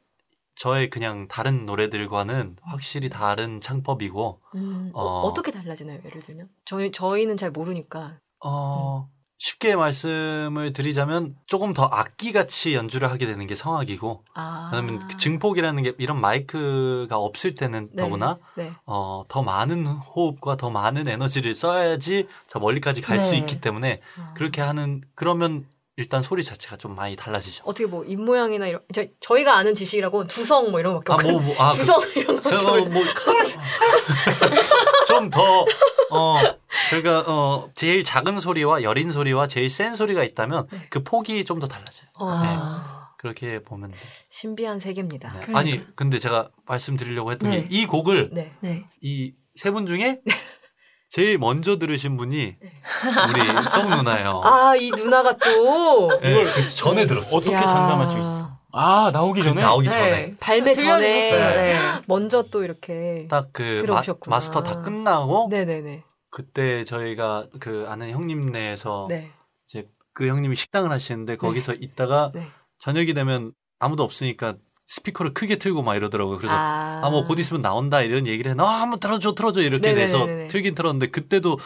E: 저의 그냥 다른 노래들과는 확실히 다른 창법이고,
B: 음, 어.
E: 어.
B: 어떻게 달라지나요? 예를 들면 저희 저희는 잘 모르니까 음.
E: 어, 쉽게 말씀을 드리자면 조금 더 악기같이 연주를 하게 되는 게 성악이고,
B: 아.
E: 그다음에 그 증폭이라는 게 이런 마이크가 없을 때는
B: 네.
E: 더구나
B: 네.
E: 어, 더 많은 호흡과 더 많은 에너지를 써야지 저 멀리까지 갈 수
A: 네.
E: 있기 때문에
B: 아.
E: 그렇게 하는 그러면 일단 소리 자체가 좀 많이 달라지죠.
B: 어떻게 뭐 입 모양이나 이런 저, 저희가 아는 지식이라고 두성 뭐 이런 거밖에
E: 아,
B: 없고 [LAUGHS]
E: 뭐, 뭐, 아, 그-
B: 두성 이런 거밖에 없고
E: 그거 뭐, 좀 더, 어, 그러니까, 어, 제일 작은 소리와 여린 소리와 제일 센 소리가 있다면
B: 네.
E: 그 폭이 좀 더 달라져요.
B: 아,
E: 그렇게 보면 돼요.
B: 네. 신비한 세계입니다.
E: 네.
A: 그러니까.
E: 아니, 근데 제가 말씀드리려고 했던
A: 네.
E: 게 이 곡을
B: 네.
A: 네.
E: 이 세 분 중에 제일 먼저 들으신 분이
B: 네.
E: 우리 송 누나예요.
B: 아 이 누나가 또
E: 네,
D: 이걸
E: 그
B: 음.
E: 전에 어. 들었어요.
D: 어떻게
B: 야.
D: 장담할 수 있어? 아 나오기 전에
E: 나오기 그 전에
A: 네.
B: 발매 전에
A: 들려주셨어요. 네.
B: 먼저 또 이렇게
E: 딱 그
B: 들어오셨구나.
E: 마스터 다 끝나고
B: 네네네
E: 그때 저희가 그 아는 형님네에서
B: 네.
E: 그 형님이 식당을 하시는데 거기서 있다가
B: 네.
E: 저녁이 되면 아무도 없으니까 스피커를 크게 틀고 막 이러더라고요. 그래서 아 뭐 곧 있으면 나온다 이런 얘기를 해나 아, 한번 틀어줘 틀어줘 이렇게
B: 네네네네네.
E: 돼서 틀긴 틀었는데 그때도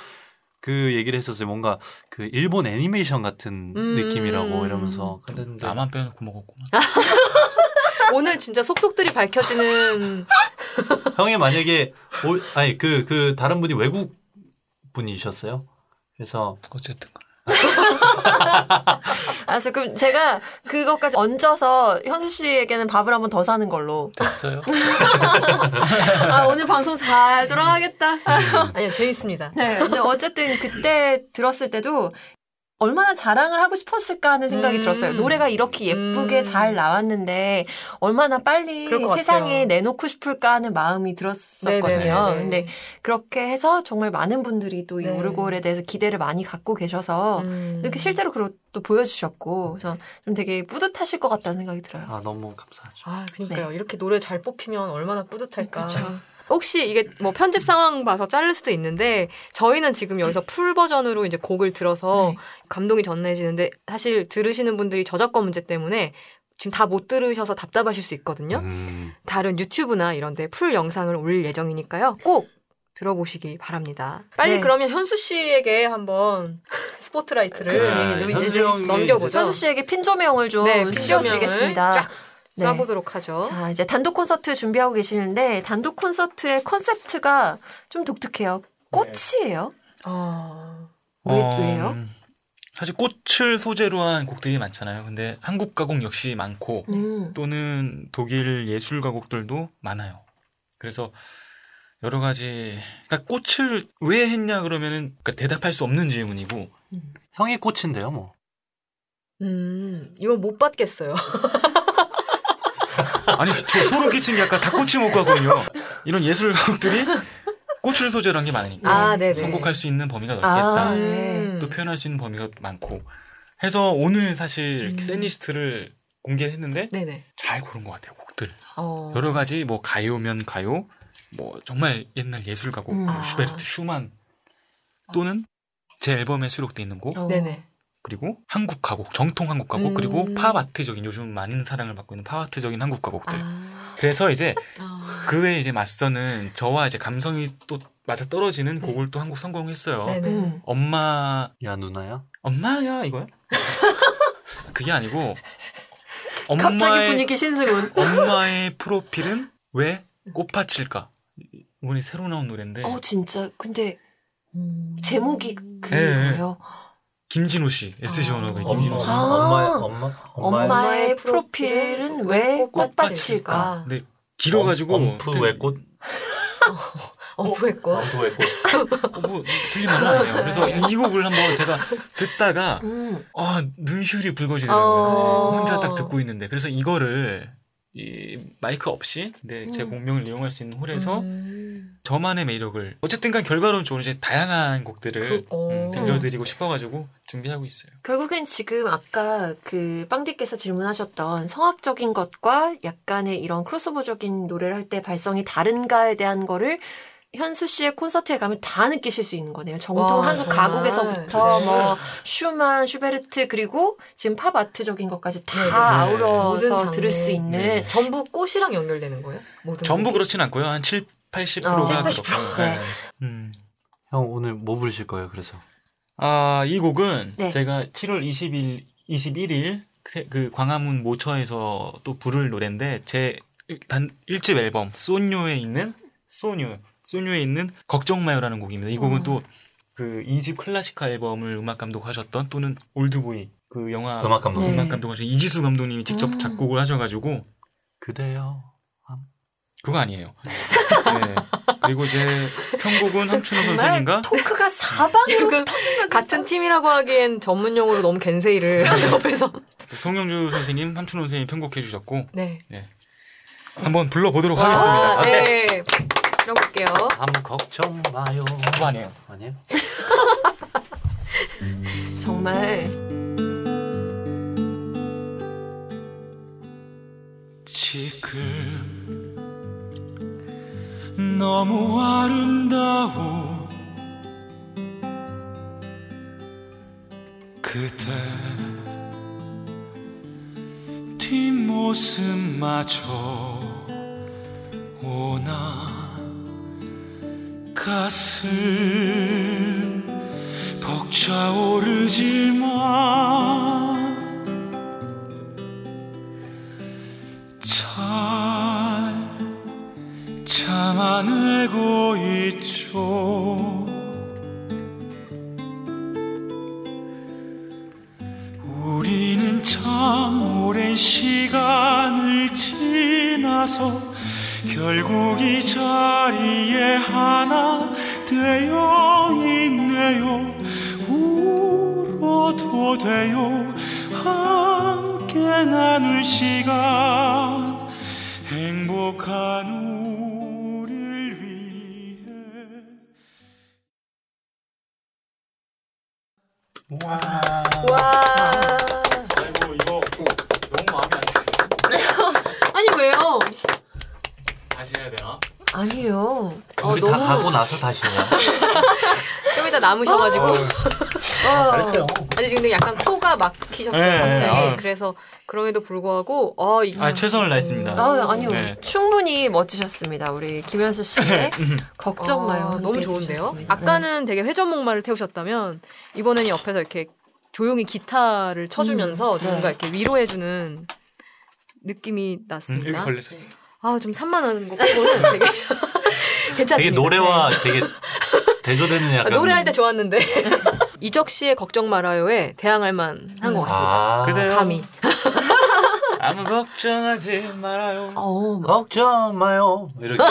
E: 그 얘기를 했었어요. 뭔가 그 일본 애니메이션 같은
B: 음.
E: 느낌이라고 이러면서 그랬는데
D: 나만 빼놓고 먹었구만.
B: 오늘 진짜 속속들이
E: [LAUGHS]
B: 밝혀지는
E: 형이 만약에 올 아니 그 그 다른 분이 외국 분이셨어요. 그래서
D: 어쨌든
A: 아, 저 그럼 제가 그것까지 얹어서 현수 씨에게는 밥을 한 번 더 사는 걸로.
D: 됐어요.
A: 아, 오늘 방송 잘 돌아가겠다.
B: 아니요
A: [LAUGHS]
B: 재밌습니다.
A: 네, 근데 어쨌든 그때 들었을 때도 얼마나 자랑을 하고 싶었을까 하는 생각이
B: 음.
A: 들었어요. 노래가 이렇게 예쁘게
B: 음.
A: 잘 나왔는데 얼마나 빨리
B: 그럴 것 같아요.
A: 세상에 내놓고 싶을까 하는 마음이 들었었거든요.
B: 네네네네.
A: 근데 그렇게 해서 정말 많은 분들이 또 이
B: 네.
A: 오르골에 대해서 기대를 많이 갖고 계셔서
B: 음.
A: 어, 이렇게 실제로 그걸 또 보여주셨고 그래서 좀 되게 뿌듯하실 것 같다는 생각이 들어요.
E: 아 너무 감사하죠.
B: 아 그러니까요 이렇게 노래 잘 뽑히면 얼마나 뿌듯할까.
A: 네. 그쵸.
B: 혹시 이게 뭐 편집 상황 봐서 자를 수도 있는데 저희는 지금 여기서 풀 버전으로 이제 곡을 들어서
A: 네.
B: 감동이 전해지는데 사실 들으시는 분들이 저작권 문제 때문에 지금 다 못 들으셔서 답답하실 수 있거든요.
E: 음.
B: 다른 유튜브나 이런 데 풀 영상을 올릴 예정이니까요. 꼭 들어보시기 바랍니다. 빨리
A: 네.
B: 그러면 현수 씨에게 한번 [LAUGHS] 스포트라이트를
A: 그치.
E: 아,
A: 이제
E: 현수 형이
B: 넘겨보죠.
E: 이제
A: 현수 씨에게 핀조명을 좀
B: 네,
A: 씌워드리겠습니다.
B: 쫙
A: 네.
B: 쏴보도록 하죠.
A: 자, 이제 단독 콘서트 준비하고 계시는데 단독 콘서트의 컨셉트가 좀 독특해요. 꽃이에요.
B: 어...
A: 왜-
D: 어,
A: 왜요?
D: 음, 사실 꽃을 소재로 한 곡들이 많잖아요. 근데 한국 가곡 역시 많고
A: 음.
D: 또는 독일 예술 가곡들도 많아요. 그래서 여러 가지 그러니까 꽃을 왜 했냐 그러면은 그러니까 대답할 수 없는 질문이고
E: 형이 꽃인데요, 뭐.
B: 음, 이건 못 받겠어요.
D: 아니 저 소름 끼친 게 아까 다 꽃이 못 가거든요. 이런 예술 가곡들이 꽃을 소재로 한 게 많으니까
B: 아, 네네.
D: 선곡할 수 있는 범위가
A: 아,
D: 넓겠다.
A: 네.
B: 음.
D: 또 표현할 수 있는 범위가 많고 해서 오늘 사실
B: 음.
D: 이렇게 셋 리스트를 공개를 했는데
B: 네네.
D: 잘 고른 것 같아요 곡들
B: 어.
D: 여러 가지 뭐 가요면 가요 뭐 정말 옛날 예술 가곡
A: 음.
D: 뭐 슈베르트 슈만 또는 제 앨범에 수록돼 있는 곡
A: 어.
B: 네네.
D: 그리고 한국 가곡 정통 한국 가곡
B: 음.
D: 그리고 팝 아트적인 요즘 많은 사랑을 받고 있는 팝 아트적인 한국 가곡들
B: 아.
D: 그래서 이제
B: 아.
D: 그 외에 이제 맞서는 저와 이제 감성이 또 맞아 떨어지는
B: 네.
D: 곡을 또 한곡 성공했어요
B: 네네.
A: 음.
D: 엄마
E: 야 누나야.
D: 엄마야
A: [LAUGHS]
D: 이거야? 그게 아니고
A: 갑자기
D: 엄마의
A: 분위기 신승훈.
D: 엄마의 프로필은 왜 꽃밭일까? 이번에 새로 나온 노래인데
A: 어 진짜 근데
B: 음.
A: 제목이
D: 예, 예.
A: 그거예요.
D: 김진호 씨 S 지원하고
B: 어.
D: 김진호 씨.
A: 아.
E: 엄마의 엄마 엄마의
A: 엄마. 엄마의 프로필은 왜 꽃밭일까?
D: 근데 네, 길어가지고
E: 엄프
D: 하여튼
E: 외꽃
B: 어, 엄프했고.
E: 엄프 외꽃
D: 어, 뭐 틀린 말은 아니에요. 그래서 이 곡을 한번 제가 듣다가
A: 음.
D: 아 눈시울이 붉어지더라고요. 사실
B: 어.
D: 혼자 딱 듣고 있는데 그래서 이거를 이 마이크 없이 근데 제
A: 음.
D: 공명을 이용할 수 있는 홀에서
B: 음.
D: 저만의 매력을 어쨌든간 결과론적으로 이제 다양한 곡들을
B: 그- 어.
D: 음, 들려드리고 싶어가지고 준비하고 있어요.
A: 결국엔 지금 아까 그 빵디께서 질문하셨던 성악적인 것과 약간의 이런 크로스오버적인 노래를 할 때 발성이 다른가에 대한 거를 현수 씨의 콘서트에 가면 다 느끼실 수 있는 거네요. 정통
B: 와,
A: 한국
B: 정말.
A: 가곡에서부터
B: 네.
A: 뭐 슈만, 슈베르트 그리고 지금 팝 아트적인 것까지 다
B: 네. 모든
A: 아우러서
B: 장르.
A: 들을 수 있는
D: 네.
B: 전부 꽃이랑 연결되는 거예요? 모든
D: 전부 그렇진 않고요. 한 7, 80%가
A: 어,
B: 70, 80%.
D: 그렇고.
A: 네.
D: 음.
E: 형 오늘 뭐 부르실 거예요? 그래서
D: 아, 이 곡은
A: 네.
D: 제가 7월 20일 21일 그 광화문 모처에서 또 부를 노래인데 제단 일집 앨범 소녀에 있는 소녀 소녀에 있는 걱정 마요라는 곡입니다. 이 곡은
A: 어.
D: 또 그 2집 클래식화 앨범을 음악 감독하셨던 또는 올드보이 그 영화
E: 음악 감독.
A: 네.
D: 음악 감독하신 이지수 감독님이 직접
A: 음.
D: 작곡을 하셔가지고
E: 그대요.
D: 그거 아니에요. [LAUGHS] 네. 그리고 이제
B: 그
D: 편곡은 함춘호 선생인가?
A: 토크가
B: [LAUGHS]
A: 사방으로
B: 지금
A: 터진다. 진짜.
B: 같은 팀이라고 하기엔 전문 용어로 너무 겐세이를 [LAUGHS] 옆에서.
D: 송영주 선생님, 함춘호 선생님 편곡해 주셨고
B: 네.
D: 한번 불러보도록 하겠습니다.
B: 아, 네. 들어볼게요.
E: 아무 걱정 마요.
D: 그거 아니에요.
E: 아니에요?
A: 정말
F: 지금 너무 아름다워 그대 뒷모습마저 오나 가슴 벅차오르지만 잘 참아내고 있죠. 우리는 참 오랜 시간을 지나서 결국 이 자리에 하나 되어 있네요. 울어도 돼요. 함께 나눌 시간 행복한 우릴 위해
B: 와.
D: 아이고 이거 너무 마음에 안 들어.
A: 아니 왜요?
D: 다시 해야 되나?
A: 아니에요. 어,
E: 우리 다 가고 나서
B: [LAUGHS]
E: 다시 해요.
B: 어, 좀 이따 남으셔가지고.
D: 아.
B: 어.
E: 잘했어요.
B: 아니 지금 근데 약간 코가 막히셨어요
D: 네,
B: 갑자기.
D: 아.
B: 그래서 그럼에도 불구하고 어 이.
D: 아 최선을 다했습니다.
B: 어,
A: 아, 아니요.
D: 네.
A: 충분히 멋지셨습니다. 우리 김현수 씨의 걱정 마요.
B: 아, 너무
A: 함께
B: 좋은데요.
A: 들으셨습니다.
B: 아까는 되게 회전목마를 태우셨다면 이번에는 옆에서 이렇게 조용히 기타를 쳐주면서
A: 음, 네.
B: 누군가 이렇게 위로해주는 느낌이
D: 음, 여기
B: 났습니다.
D: 걸리셨어요.
B: 아 좀 산만한 거 빼고는
D: [LAUGHS]
B: 되게 괜찮습니다.
E: 되게 노래와 되게 대조되는
B: 네. 아,
E: 약간
B: 노래할 때
E: [LAUGHS]
B: 좋았는데 이적 씨의 걱정 말아요에 대항할 만한 것 같습니다.
E: 아,
D: 그대요.
B: 감히
D: 아무 걱정하지 말아요.
A: 네. 어우,
E: 걱정 마요.
B: [LAUGHS]
E: 이렇게.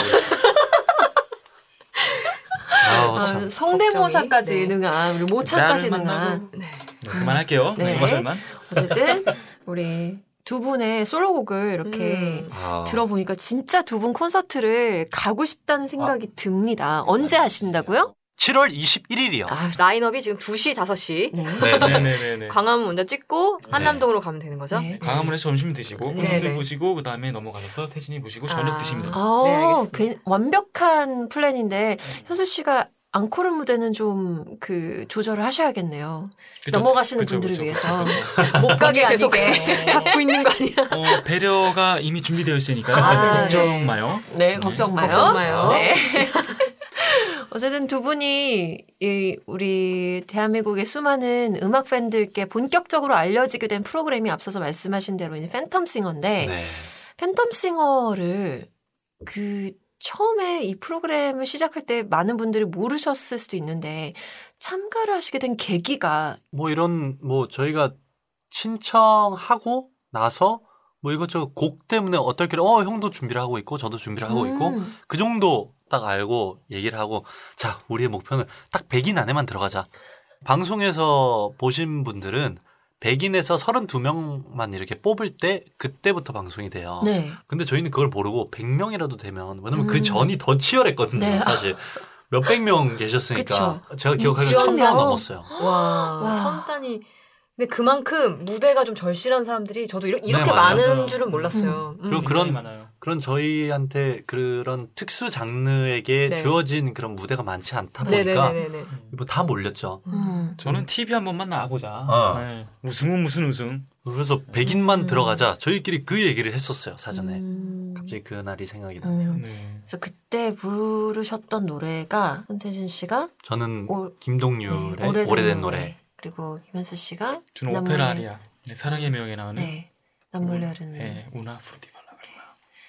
E: 아,
A: 아,
E: 참.
A: 성대모사까지
B: 걱정이, 네.
A: 능한 우리 모창까지
D: 나를
A: 능한
B: 네.
D: 네, 그만할게요.
A: 네.
D: 네. 거절만.
A: 어쨌든 우리 두 분의 솔로곡을 이렇게
B: 음.
E: 아.
A: 들어보니까 진짜 두 분 콘서트를 가고 싶다는 생각이 듭니다. 언제 하신다고요?
E: 7월 21일이요.
A: 아,
B: 라인업이 지금 2시 5시
A: 네.
D: 네네네네.
B: 광화문 먼저 찍고
E: 네.
B: 한남동으로 가면 되는 거죠?
A: 네.
D: 광화문에서 점심 드시고
A: 네,
D: 콘서트
B: 네.
D: 보시고 그 다음에 넘어가셔서 태진이 보시고 저녁
B: 아.
D: 드시면 돼요.
A: 아,
B: 네, 알겠습니다.
A: 괜- 완벽한 플랜인데 현수 씨가 앙코르 무대는 좀 그 조절을 하셔야겠네요.
D: 그쵸?
A: 넘어가시는
D: 그쵸,
A: 분들을
D: 그쵸,
A: 위해서. 아.
D: 그쵸, 그쵸.
B: 못 가게 계속
A: 아니게.
B: [LAUGHS] 잡고 있는 거 아니야?
D: 어, 배려가 이미 준비되어 있으니까
A: 아,
D: 요
A: 네.
D: 걱정 마요.
A: [LAUGHS] 네, 걱정 마요.
B: 아, 걱정 마요.
A: 네. 어쨌든 두 분이 이 우리 대한민국의 수많은 음악 팬들께 본격적으로 알려지게 된 프로그램이 앞서서 말씀하신 대로 이 팬텀싱어인데
E: 네.
A: 팬텀싱어를 그 처음에 이 프로그램을 시작할 때 많은 분들이 모르셨을 수도 있는데 참가를 하시게 된 계기가
E: 뭐 이런 뭐 저희가 신청하고 나서 뭐 이것저것 곡 때문에 어떨길래 어 형도 준비를 하고 있고 저도 준비를 하고 있고
A: 음,
E: 그 정도 딱 알고 얘기를 하고 자 우리의 목표는 딱 100인 안에만 들어가자 방송에서 보신 분들은 100인에서 32명만 이렇게 뽑을 때 그때부터 방송이 돼요.
A: 네.
E: 근데 저희는 그걸 모르고 100명이라도 되면 왜냐면
A: 음.
E: 그 전이 더 치열했거든요
A: 네.
E: 사실 몇백 명 계셨으니까 제가 기억하기로
A: 유치원
E: 천명
A: 명?
E: 넘었어요.
B: 와,
A: 와.
B: 천 단이. 근데 그만큼 무대가 좀 절실한 사람들이 저도 이렇게, 이렇게
E: 네, 맞아요.
B: 많은 줄은 몰랐어요. 음.
E: 그리고
D: 굉장히
E: 그런-
D: 많아요.
E: 그런 저희한테 그런 특수 장르에게
B: 네.
E: 주어진 그런 무대가 많지 않다 보니까
B: 네네네네.
E: 뭐 다 몰렸죠.
A: 음.
D: 저는 TV 한 번만 나가보자.
E: 어.
D: 네. 우승은 무슨 우승?
E: 그래서 100인만
A: 음.
E: 들어가자. 저희끼리 그 얘기를 했었어요 사전에.
A: 음.
E: 갑자기 그 날이 생각이 나.
A: 음.
D: 네.
A: 그래서 그때 부르셨던 노래가 손태진 씨가
E: 저는
A: 올-
E: 김동률의
A: 네,
E: 오래된, 노래.
A: 그리고 김현수 씨가
D: 저는
A: 나
D: 오페라
A: 몰래-
D: 아리아. 네, 사랑의 명에
E: 음.
D: 나오는. 네.
A: 네. 남몰려는
E: 네.
D: 오나 프로디발라.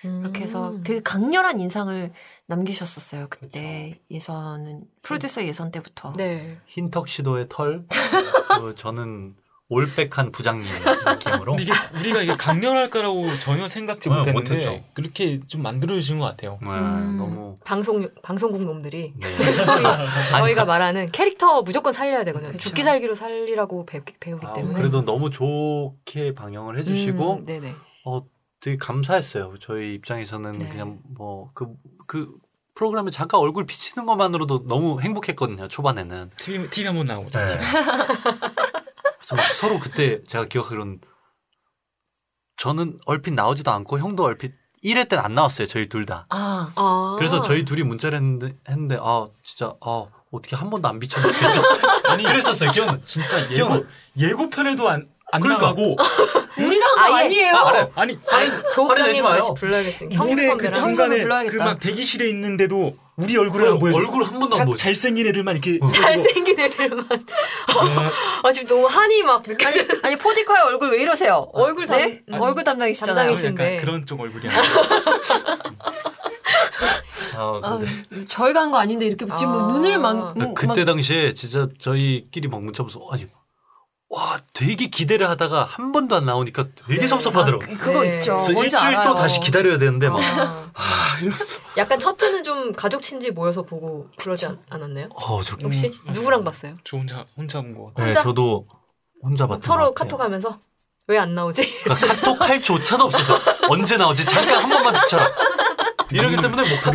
B: 음.
A: 이렇게 해서
B: 그
A: 되게 강렬한 인상을 남기셨었어요. 그때
E: 그렇죠. 음.
A: 예선은 프로듀서 예선 때부터.
B: 네.
E: 흰턱 시도의 털. 그 저는 올백한 부장님 느낌으로
D: 근데 이게 우리가 이게 강렬할 거라고 전혀 생각지
E: 네,
D: 어, 못했는데
E: 못했죠.
D: 그렇게 좀 만들어주신 것 같아요.
E: 네,
B: 음.
E: 너무
B: 방송 방송국 놈들이
E: 네.
B: 소위
E: 아니,
B: 저희가 말하는 캐릭터 무조건 살려야 되거든요.
A: 그쵸.
B: 죽기 살기로 살리라고 배우, 배우기
E: 아,
B: 때문에.
E: 그래도 너무 좋게 방영을 해주시고
B: 음, 네네.
E: 되게 감사했어요. 저희 입장에서는
B: 네.
E: 그냥 뭐 그 그 프로그램에 잠깐 얼굴 비치는 것만으로도 너무 행복했거든요. 초반에는
D: TV TV 한번 나오죠.
E: 그래서 막 서로 그때 제가 기억하기로는 저는 얼핏 나오지도 않고 형도 얼핏 1회 땐 안 나왔어요. 저희 둘 다.
A: 아,
B: 아.
E: 그래서 저희 둘이 문자를 했는데, 했는데 아 진짜 아 어떻게 한 번도 안 비춰줬겠지.
D: [LAUGHS] 아니
E: 그랬었어요. 기억
D: 진짜 예고 예고편에도 안 안
E: 그러니까.
D: 나가고
A: 우리 나온 거
B: 아예-
A: 아니에요?
D: 어, 아니
B: 조
E: 화를 내지
B: 부장님
E: 마요.
B: 다시 불러야겠어요.
D: 노래
B: 형님
D: 그
B: 선배랑.
D: 중간에
A: 불러야겠다.
D: 그 막 대기실에 있는데도 우리 얼굴을 안 보여.
E: 어, 얼굴 한 번도 안 어. 보여.
D: 잘생긴 애들만 이렇게
B: [LAUGHS] 잘생긴 애들만.
E: 네.
B: [LAUGHS] 아 지금 너무 한이 막 느껴져.
A: [LAUGHS] 아니 포디커의 얼굴 왜 이러세요?
B: 얼굴 담-
A: 네?
B: 아니,
A: 얼굴 담당이시잖아요.
B: 담당이시-
D: 저는
B: 계신데.
D: 약간 그런 쪽 얼굴이야.
B: [LAUGHS]
E: 아,
A: 아,
E: 근데
A: 저희가 한 거 아닌데 이렇게 지금 뭐
B: 아.
A: 눈을 막, 뭐,
E: 그때 당시에 진짜 저희끼리 막 문자면서 아니 와 되게 기대를 하다가 한 번도 안 나오니까 되게 섭섭하더라고. 요
A: 막 아, 그거
B: 네.
A: 있죠.
E: 그래서
A: 뭔지
E: 일주일
A: 알아요.
E: 또 다시 기다려야 되는데 네, 막
B: 아,
E: 아, 이러면서
B: 약간 첫 회는 좀 가족 친지 모여서 보고 그러지 않, 않았나요?
E: 어, 저,
D: 음,
B: 혹시 누구랑 봤어요?
D: 저 혼자 혼자 본것 같아.
E: 네,
B: 혼자?
E: 저도 혼자 봤던
B: 서로
E: 것 같아요.
B: 카톡하면서 왜 안 나오지?
E: 그러니까 카톡 할 조차도 없었어. 언제 나오지? 잠깐 한 번만 듣자. 이러기 때문에 뭐 카,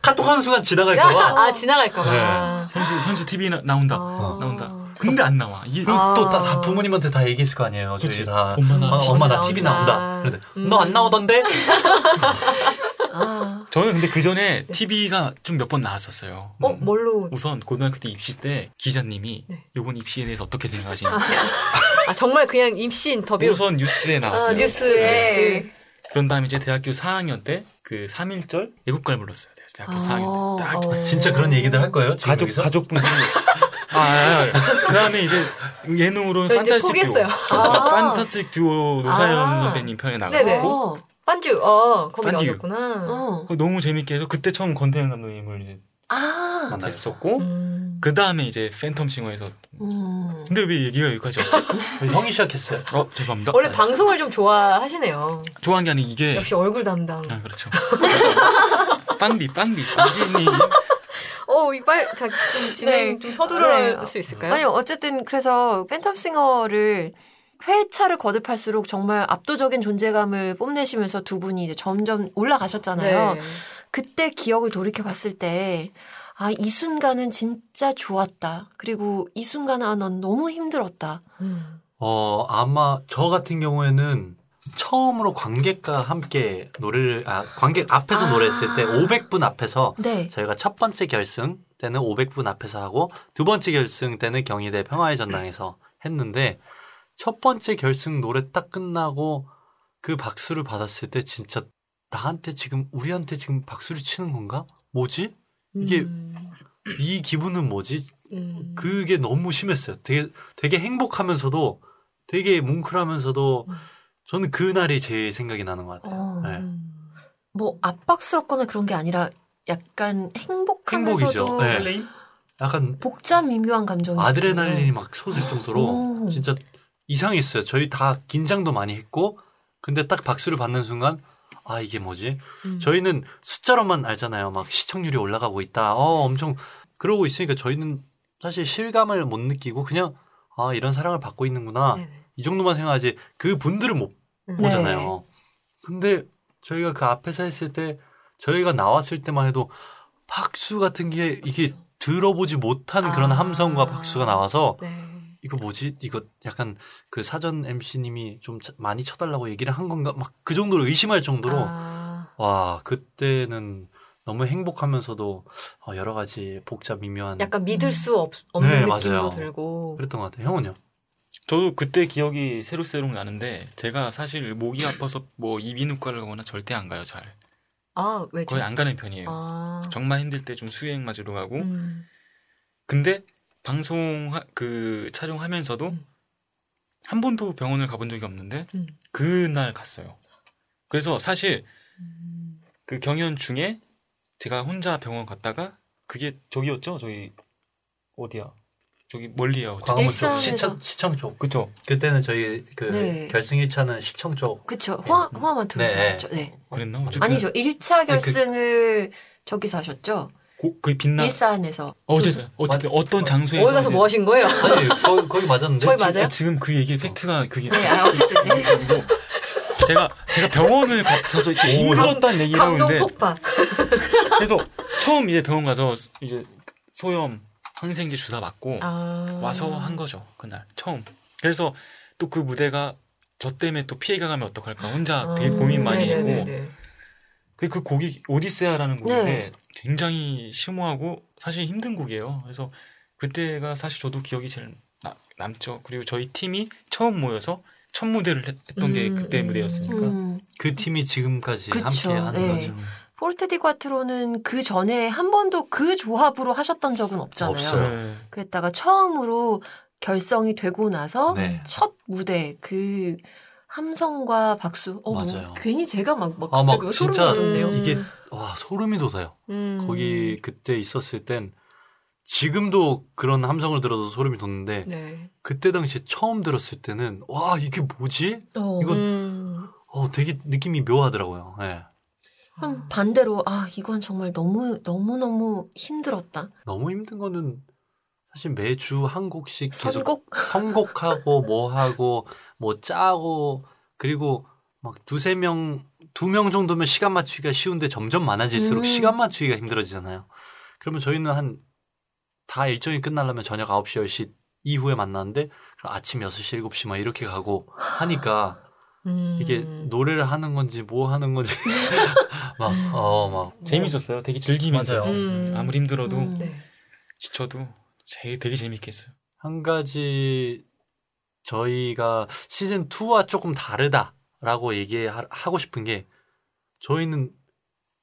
E: 카톡 하는 순간 지나갈까봐
B: [LAUGHS] 아 지나갈까봐.
D: 현수 현수 TV 나, 나온다
B: 아.
D: 나온다. 근데 안 나와. 이
B: 아.
E: 또 다, 다 부모님한테 다 얘기했을 거 아니에요.
D: 그렇지.
E: 저희 다
D: 엄마 나
E: 엄마,
D: TV
E: 엄마 나
B: 나온다.
E: TV 나온다. 그런데
B: 음.
E: 너 안 나오던데?
A: 아,
D: 저는 근데 그 전에 TV가 좀 몇 번 나왔었어요.
E: 네.
B: 어 뭘로?
D: 우선 고등학교 때 입시 때 기자님이
B: 네.
D: 요번 입시에 대해서 어떻게 생각하시냐.
B: 아, 아 정말 그냥 임시
E: 뭐
B: 인터뷰.
D: 우선 뉴스에 나왔어요.
B: 아, 뉴스에.
A: 네.
D: 그런 다음에 이제 대학교 4학년 때 그 3일절 애국가를 불렀어요. 대학교
A: 아.
D: 4학년 때. 딱
A: 어.
E: 진짜 그런 얘기들 할 거예요? 지금
D: 가족
E: 여기서?
D: 가족분들이 [LAUGHS] 아, 아, 아. 그다음에 이제 예능으로는
B: 저 네, 이제
D: 판타스틱
B: 포기했어요.
D: 듀오.
A: 아.
D: 판타스틱 듀오 노사연
B: 아.
D: 선배님 편에
B: 네네.
D: 나갔었고
A: 어,
B: 반주 어 거기
D: 반주.
E: 네.
B: 나오셨구나.
A: 어.
D: 어, 너무 재밌게 해서 그때 처음 권태현 감독님을 이제
A: 아,
E: 만났어요.
D: 만났었고
B: 음.
D: 그다음에 이제 팬텀 싱어에서
A: 음.
D: 근데 왜 얘기가 여기까지 왔지?
E: 형이 시작했어요.
D: 어, 죄송합니다.
B: 원래 방송을 좀 좋아하시네요.
D: 좋아한 게 아니 이게
B: 역시 얼굴 담당.
D: 아, 그렇죠. 빵디 빵디 빵디님
B: 어, 이빨 자, 좀 진행
A: 네.
B: 좀 서두를
A: 네.
B: 수 있을까요?
A: 아니 어쨌든 그래서 팬텀싱어를 회차를 거듭할수록 정말 압도적인 존재감을 뽐내시면서 두 분이 이제 점점 올라가셨잖아요.
B: 네.
A: 그때 기억을 돌이켜 봤을 때 아, 이 순간은 진짜 좋았다. 그리고 이 순간은 아, 난 너무 힘들었다.
B: 음.
E: 어 아마 저 같은 경우에는 처음으로 관객과 함께 노래를 아 관객 앞에서
A: 아.
E: 노래했을 때 500분 앞에서
A: 네.
E: 저희가 첫 번째 결승 때는 500분 앞에서 하고 두 번째 결승 때는 경희대 평화의 전당에서 했는데 첫 번째 결승 노래 딱 끝나고 그 박수를 받았을 때 진짜 나한테 지금 우리한테 지금 박수를 치는 건가? 뭐지? 이게
B: 음.
E: 이 기분은 뭐지?
B: 음.
E: 그게 너무 심했어요. 되게 되게 행복하면서도 되게 뭉클하면서도
B: 음.
E: 저는 그날이 제일 생각이 나는 것 같아요.
A: 어,
E: 네.
B: 음.
A: 뭐 압박스럽거나 그런 게 아니라 약간 행복하면서도
E: 행복이죠. 네.
D: 설레임?
E: 약간
A: 복잡 미묘한 감정이
E: 아드레날린이 막 솟을 정도로
B: 어.
A: 오.
E: 진짜 이상했어요. 저희 다 긴장도 많이 했고 근데 딱 박수를 받는 순간 아 이게 뭐지?
B: 음.
E: 저희는 숫자로만 알잖아요. 막 시청률이 올라가고 있다. 어 엄청 그러고 있으니까 저희는 사실 실감을 못 느끼고 그냥 아 이런 사랑을 받고 있는구나
B: 네네.
E: 이 정도만 생각하지 그 분들은 못
B: 음.
A: 네.
E: 보잖아요. 근데 저희가 그 앞에서 했을 때 저희가 나왔을 때만 해도 박수 같은 게 이게 들어보지 못한 그런
B: 아.
E: 함성과 박수가 나와서
B: 네.
E: 이거 뭐지? 이거 약간 그 사전 MC님이 좀 차- 많이 쳐달라고 얘기를 한 건가? 막 그 정도로 의심할 정도로
B: 아.
E: 와 그때는 너무 행복하면서 도 어, 여러 가지 복잡 미묘한
B: 약간 믿을 수 없, 없는
E: 네,
B: 느낌도
E: 맞아요.
B: 들고.
E: 그랬던 것 같아요. 형은요?
D: 저도 그때 기억이 새록새록 나는데 제가 사실 목이 아파서 뭐 이비인후과를 가거나 절대 안 가요 잘
B: 아, 왜죠?
D: 거의 안 가는 편이에요
B: 아.
D: 정말 힘들 때 좀 수행 맞으러 가고
B: 음.
D: 근데 방송 하- 그 촬영하면서도
B: 음.
D: 한 번도 병원을 가본 적이 없는데
B: 음.
D: 그날 갔어요 그래서 사실
B: 음.
D: 그 경연 중에 제가 혼자 병원 갔다가 그게 저기였죠 저희 어디야 저기 멀리요.
E: 광화문 쪽
A: 일산에서-
E: 시청 시청 쪽.
D: 그쵸?
E: 그때는 저희 그
A: 네.
E: 결승 1차는 시청
A: [LAUGHS]
E: 쪽.
A: 그쵸. 호화, 호화마트
E: 네.
A: 하셨죠. 네.
D: 그랬나? 어쨌든
A: 아니죠. 1차
E: 네, 그-
A: 결승을 저기서 하셨죠.
D: 고, 그 빛나
A: 일산에서.
D: 어쨌든 어쨌든 어떤 장소에서
B: 어디 가서
D: 이제-
B: 뭐 하신 거예요?
E: 아니 거기, 거기 맞았는데.
B: 거의 맞아요?
D: 아, 지금 그 얘기 팩트가 그게
A: 네, 아, 어쨌든. 네.
D: 그리고 제가 제가 병원을 가서 진짜
E: 오,
D: 힘들었다는 얘기를 하고
B: 감동
D: 있는데
B: 폭발.
D: 그래서 처음 이제 병원 가서 스- 이제 소염 항생제 주사 맞고
B: 아.
D: 와서 한 거죠 그날 처음 그래서 또 그 무대가 저 때문에 또 피해가 가면 어떡할까 혼자 되게
B: 아,
D: 고민 많이 했고
B: 네네네네. 음.
D: 그- 그 곡이 오디세아라는 곡인데
A: 네.
D: 굉장히 심오하고 사실 힘든 곡이에요 그래서 그때가 사실 저도 기억이 제일 나- 남죠 그리고 저희 팀이 처음 모여서 첫 무대를 했, 던게
B: 음,
D: 그때
B: 음.
D: 무대였으니까
A: 음,
E: 그 팀이 지금까지
A: 그쵸,
E: 함께 하는
A: 네.
E: 거죠.
A: 포르테디 과트로는 그 전에 한 번도 그 조합으로 하셨던 적은 없잖아요.
E: 없어요.
D: 네.
A: 그랬다가 처음으로 결성이 되고 나서
E: 네.
A: 첫 무대 그 함성과 박수. 어, 너무
E: 맞아요.
A: 괜히 제가 막, 막
E: 아, 막
A: 갑자기 소름
E: 진짜
A: 돋는데요.
B: 음.
E: 이게 와 소름이 돋아요.
B: 음.
E: 거기 그때 있었을 땐 지금도 그런 함성을 들어서 소름이 돋는데
B: 네.
E: 그때 당시 처음 들었을 때는 와 이게 뭐지?
A: 어,
E: 이거-
B: 음.
E: 어 되게 느낌이 묘하더라고요. 예.
A: 그럼 반대로 아 이건 정말 너무 너무 너무 힘들었다.
E: 너무 힘든 거는 사실 매주 한 곡씩 계속
A: 선곡
E: 선곡하고 뭐 하고 뭐 짜고 그리고 막 두세 명, 두 명 정도면 시간 맞추기가 쉬운데 점점
A: 음.
E: 많아질수록 시간 맞추기가 힘들어지잖아요. 그러면 저희는 한 다 일정이 끝나려면 저녁 9시, 10시 이후에 만나는데 그럼 아침 6시, 7시 막 이렇게 가고 하니까
B: 음.
E: 이게 노래를 하는 건지 뭐 하는 건지 [LAUGHS] 막, 어, 막.
D: 재밌었어요. 되게 즐기면서
E: 맞아요.
D: 했어요.
B: 음.
D: 아무리 힘들어도
A: 음.
B: 네.
D: 지쳐도 제 되게 재밌게 했어요.
E: 한 가지 저희가 시즌 2와 조금 다르다라고 얘기하고 싶은 게 저희는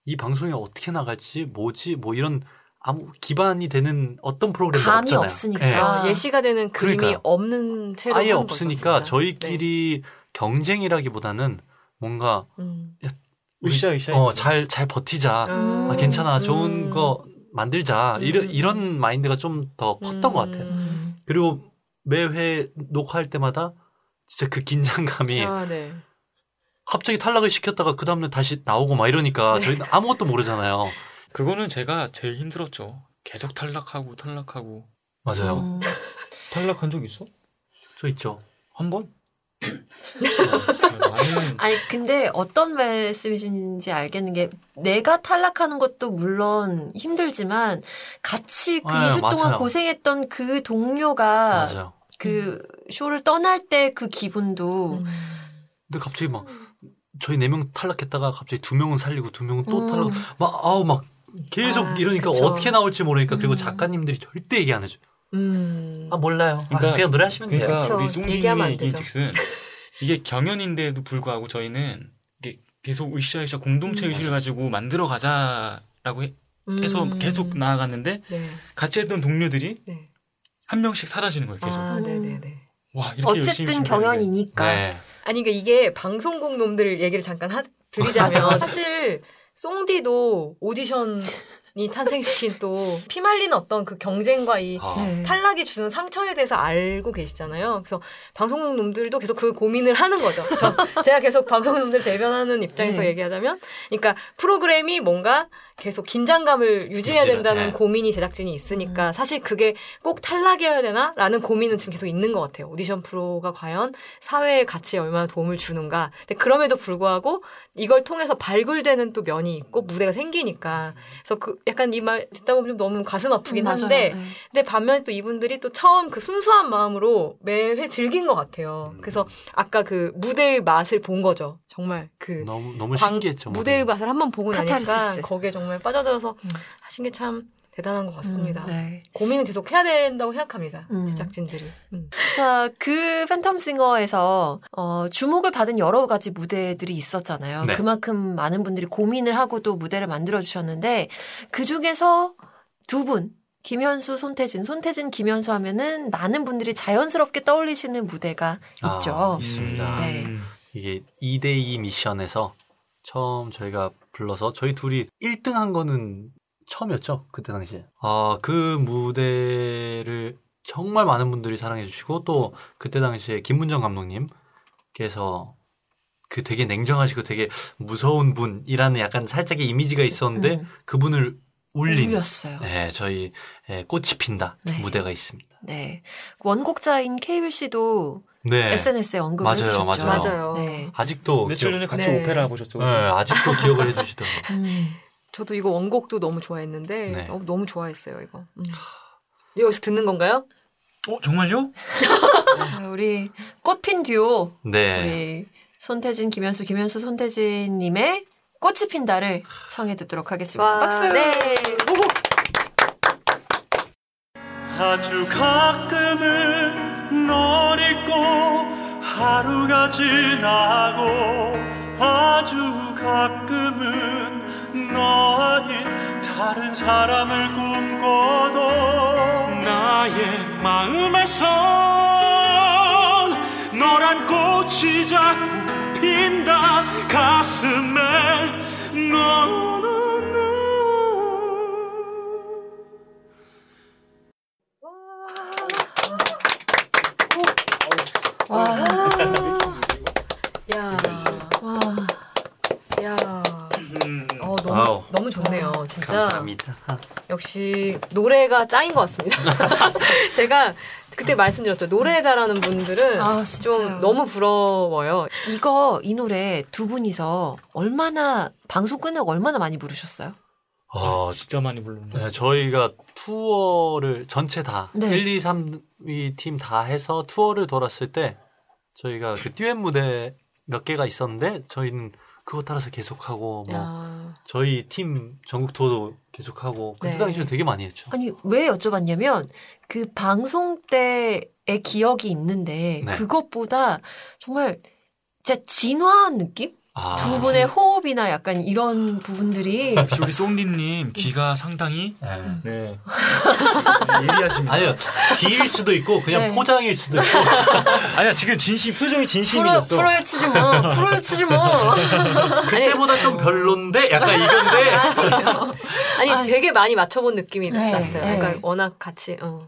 E: 이 방송이 어떻게 나갈지 뭐지 뭐 이런 아무 기반이 되는 어떤 프로그램이
A: 감이
E: 없잖아요.
A: 없으니까.
E: 예.
B: 아,
A: 아.
B: 예시가 되는 그림이
E: 그러니까요.
B: 없는 채로
E: 아예
B: 하는 거죠,
E: 없으니까
B: 진짜.
E: 저희끼리 경쟁이라기보다는 뭔가
B: 네. 음.
D: 으쌰 으쌰.
E: 어, 잘, 잘 버티자.
A: 음.
E: 아, 괜찮아. 좋은
B: 음.
E: 거 만들자. 이런,
B: 음.
E: 이런 마인드가 좀 더 컸던 것 같아요.
B: 음.
E: 그리고 매회 녹화할 때마다 진짜 그 긴장감이
B: 아, 네.
E: 갑자기 탈락을 시켰다가 그 다음날 다시 나오고 막 이러니까
B: 네.
E: 저희는 아무것도 모르잖아요.
D: 그거는 제가 제일 힘들었죠. 계속 탈락하고 탈락하고
A: 음,
D: 탈락한 적 있어?
E: 저 있죠.
D: 한 번? 어, 많이는
A: 아니 근데 어떤 말씀이신지 알겠는 게 내가 탈락하는 것도 물론 힘들지만 같이 그
E: 네,
A: 2주 동안
E: 맞아요.
A: 고생했던 그 동료가
E: 맞아요.
A: 그 쇼를 떠날 때 그 기분도
B: 음.
E: 근데 갑자기 막 저희 네 명 탈락했다가 갑자기 두 명은 살리고 두 명은 또
A: 음.
E: 탈락. 막 아우 막 계속
B: 아,
E: 이러니까
B: 그쵸.
E: 어떻게 나올지 모르니까 그리고
B: 음.
E: 작가님들이 절대 얘기 안 해줘요.
B: 음.
E: 아 몰라요. 그
D: 그러니까-
E: 냥 노래하시면 돼요.
D: 그러니까
B: 그쵸.
D: 우리 송민님이
B: 얘기하면 안
D: 얘기인
B: 되죠.
D: 즉슨 이게 경연인데도 불구하고 저희는 이게 계속 으쌰 으쌰 공동체
B: 음.
D: 의식을 가지고 만들어 가자라고 해- 해서
B: 음.
D: 계속 나아갔는데
B: 네.
D: 같이 했던 동료들이
B: 네.
D: 한 명씩 사라지는 거예요. 계속
B: 아, 네, 네, 네.
E: 음.
D: 와 이렇게 열심히
A: 어쨌든
D: 준비하는데.
A: 경연이니까
E: 네.
B: 아니 그러니까 이게 방송국 놈들 얘기를 잠깐 하, 드리자면 사실 송디도 오디션이 탄생시킨 또 피말린 어떤 그 경쟁과 이
E: 아,
A: 네.
B: 탈락이 주는 상처에 대해서 알고 계시잖아요. 그래서 방송국 놈들도 계속 그 고민을 하는 거죠. 저, 제가 계속 방송국 놈들 대변하는 입장에서
A: 네.
B: 얘기하자면, 그러니까 프로그램이 뭔가 계속 긴장감을 유지해야
E: 유지를,
B: 된다는
E: 네.
B: 고민이 제작진이 있으니까 사실 그게 꼭 탈락이어야 되나라는 고민은 지금 계속 있는 것 같아요. 오디션 프로가 과연 사회의 가치에 얼마나 도움을 주는가. 근데 그럼에도 불구하고 이걸 통해서 발굴되는 또 면이 있고 무대가 생기니까. 그래서 그 약간 이 말 듣다 보면 좀 너무 가슴 아프긴
A: 맞아요.
B: 한데
A: 네.
B: 근데 반면에 또 이분들이 또 처음 그 순수한 마음으로 매회 즐긴 것 같아요.
E: 음.
B: 그래서 아까 그 무대의 맛을 본 거죠. 정말 그
E: 너무 너무
B: 광-
E: 신기했죠.
B: 무대의 맛을 한번 보고
A: 카타르시스.
B: 나니까 거기에 정말 빠져들어서
A: 음.
B: 하신 게 참 대단한 것 같습니다.
A: 음, 네.
B: 고민은 계속 해야 된다고 생각합니다.
A: 음.
B: 제작진들이. 음.
A: 자, 그 팬텀싱어에서 어, 주목을 받은 여러 가지 무대들이 있었잖아요.
E: 네.
A: 그만큼 많은 분들이 고민을 하고 또 무대를 만들어 주셨는데 그 중에서 두 분. 김현수, 손태진, 손태진, 김현수 하면은 많은 분들이 자연스럽게 떠올리시는 무대가
E: 아,
A: 있죠.
E: 있습니다.
A: 음, 네.
E: 이게 2대2 미션에서 처음 저희가 불러서 저희 둘이 1등 한 거는 처음이었죠. 그때 당시에. 아, 그 무대를 정말 많은 분들이 사랑해 주시고 또 그때 당시에 김문정 감독님께서 그 되게 냉정하시고 되게 무서운 분이라는 약간 살짝의 이미지가 있었는데
A: 음.
E: 그분을 울린
A: 울렸어요. 네.
E: 네, 저희 예, 꽃이 핀다
A: 네.
E: 무대가 있습니다.
A: 원곡자인 케이윌 씨도
E: 네.
A: SNS에 언급을
E: 맞아요,
A: 해주셨죠.
E: 맞아요.
B: 맞아요.
A: 네.
E: 아직도
D: 며칠
E: 기억-
D: 전에 같이
B: 네.
D: 오페라 보셨죠?
E: 어, 네, 아직도 기억을
A: [LAUGHS]
E: 해주시더라고요.
A: 음.
B: 저도 이거 원곡도 너무 좋아했는데
E: 네.
B: 어, 너무 좋아했어요 이거. 음. 여기서 듣는 건가요?
D: 어 정말요?
A: 아, 우리 꽃핀 듀오
E: 네,
A: 우리 손태진 김현수 김현수 손태진님의 꽃이 핀다를 청해 듣도록 하겠습니다. 박수.
B: 네.
F: 아주 가끔은 널 잊고 하루가 지나고 아주 가끔은 너 아닌 다른 사람을 꿈꿔도 나의 마음에선 너란 꽃이 자꾸 핀다 가슴에 너는 나
A: 와,
B: 아. 야,
A: 와,
B: 야.
E: 아,
B: 어 너무
E: 와우.
B: 너무 좋네요 진짜.
E: 감사합니다.
B: 역시 노래가 짱인 것 같습니다. [LAUGHS] 제가 그때 말씀드렸죠 노래 잘하는 분들은
A: 아, 진짜요.
B: 좀 너무 부러워요.
A: 이거 이 노래 두 분이서 얼마나 방송 끝나고 얼마나 많이 부르셨어요?
E: 어,
D: 아, 진짜 많이 불렀네.
E: 네, 저희가 투어를 전체 다
A: 네.
E: 1, 2, 3위 팀 다 해서 투어를 돌았을 때 저희가 그 듀엣 무대 몇 개가 있었는데 저희는 그거 따라서 계속하고 뭐
A: 아.
B: 야.
E: 저희 팀 전국 투어도 계속하고 그때
B: 네.
E: 당시에 되게 많이 했죠.
A: 아니 왜 여쭤봤냐면 그 방송 때의 기억이 있는데
E: 네.
A: 그것보다 정말 진짜 진화한 느낌?
E: 아,
A: 두 분의 호흡이나 약간 이런
E: [LAUGHS]
A: 부분들이
D: 역시 우리 쏭디님 귀가 상당히
E: 네.
A: 음.
D: 네 예리하십니다.
E: 아니요 기일 수도 있고 그냥
A: 네.
E: 포장일 수도
A: [LAUGHS]
E: 있고
D: 아니야 지금 진심 표정이
A: 프로
D: 진심이었어.
A: 프로에 치지 뭐 프로에 치지 뭐
E: 그때보다 좀 별론데 약간
A: 아.
E: 이건데
B: 아니
A: 아이.
B: 되게 많이 맞춰본 느낌이
A: 네,
B: 났어요.
A: 네.
B: 그러니까 워낙 같이 어.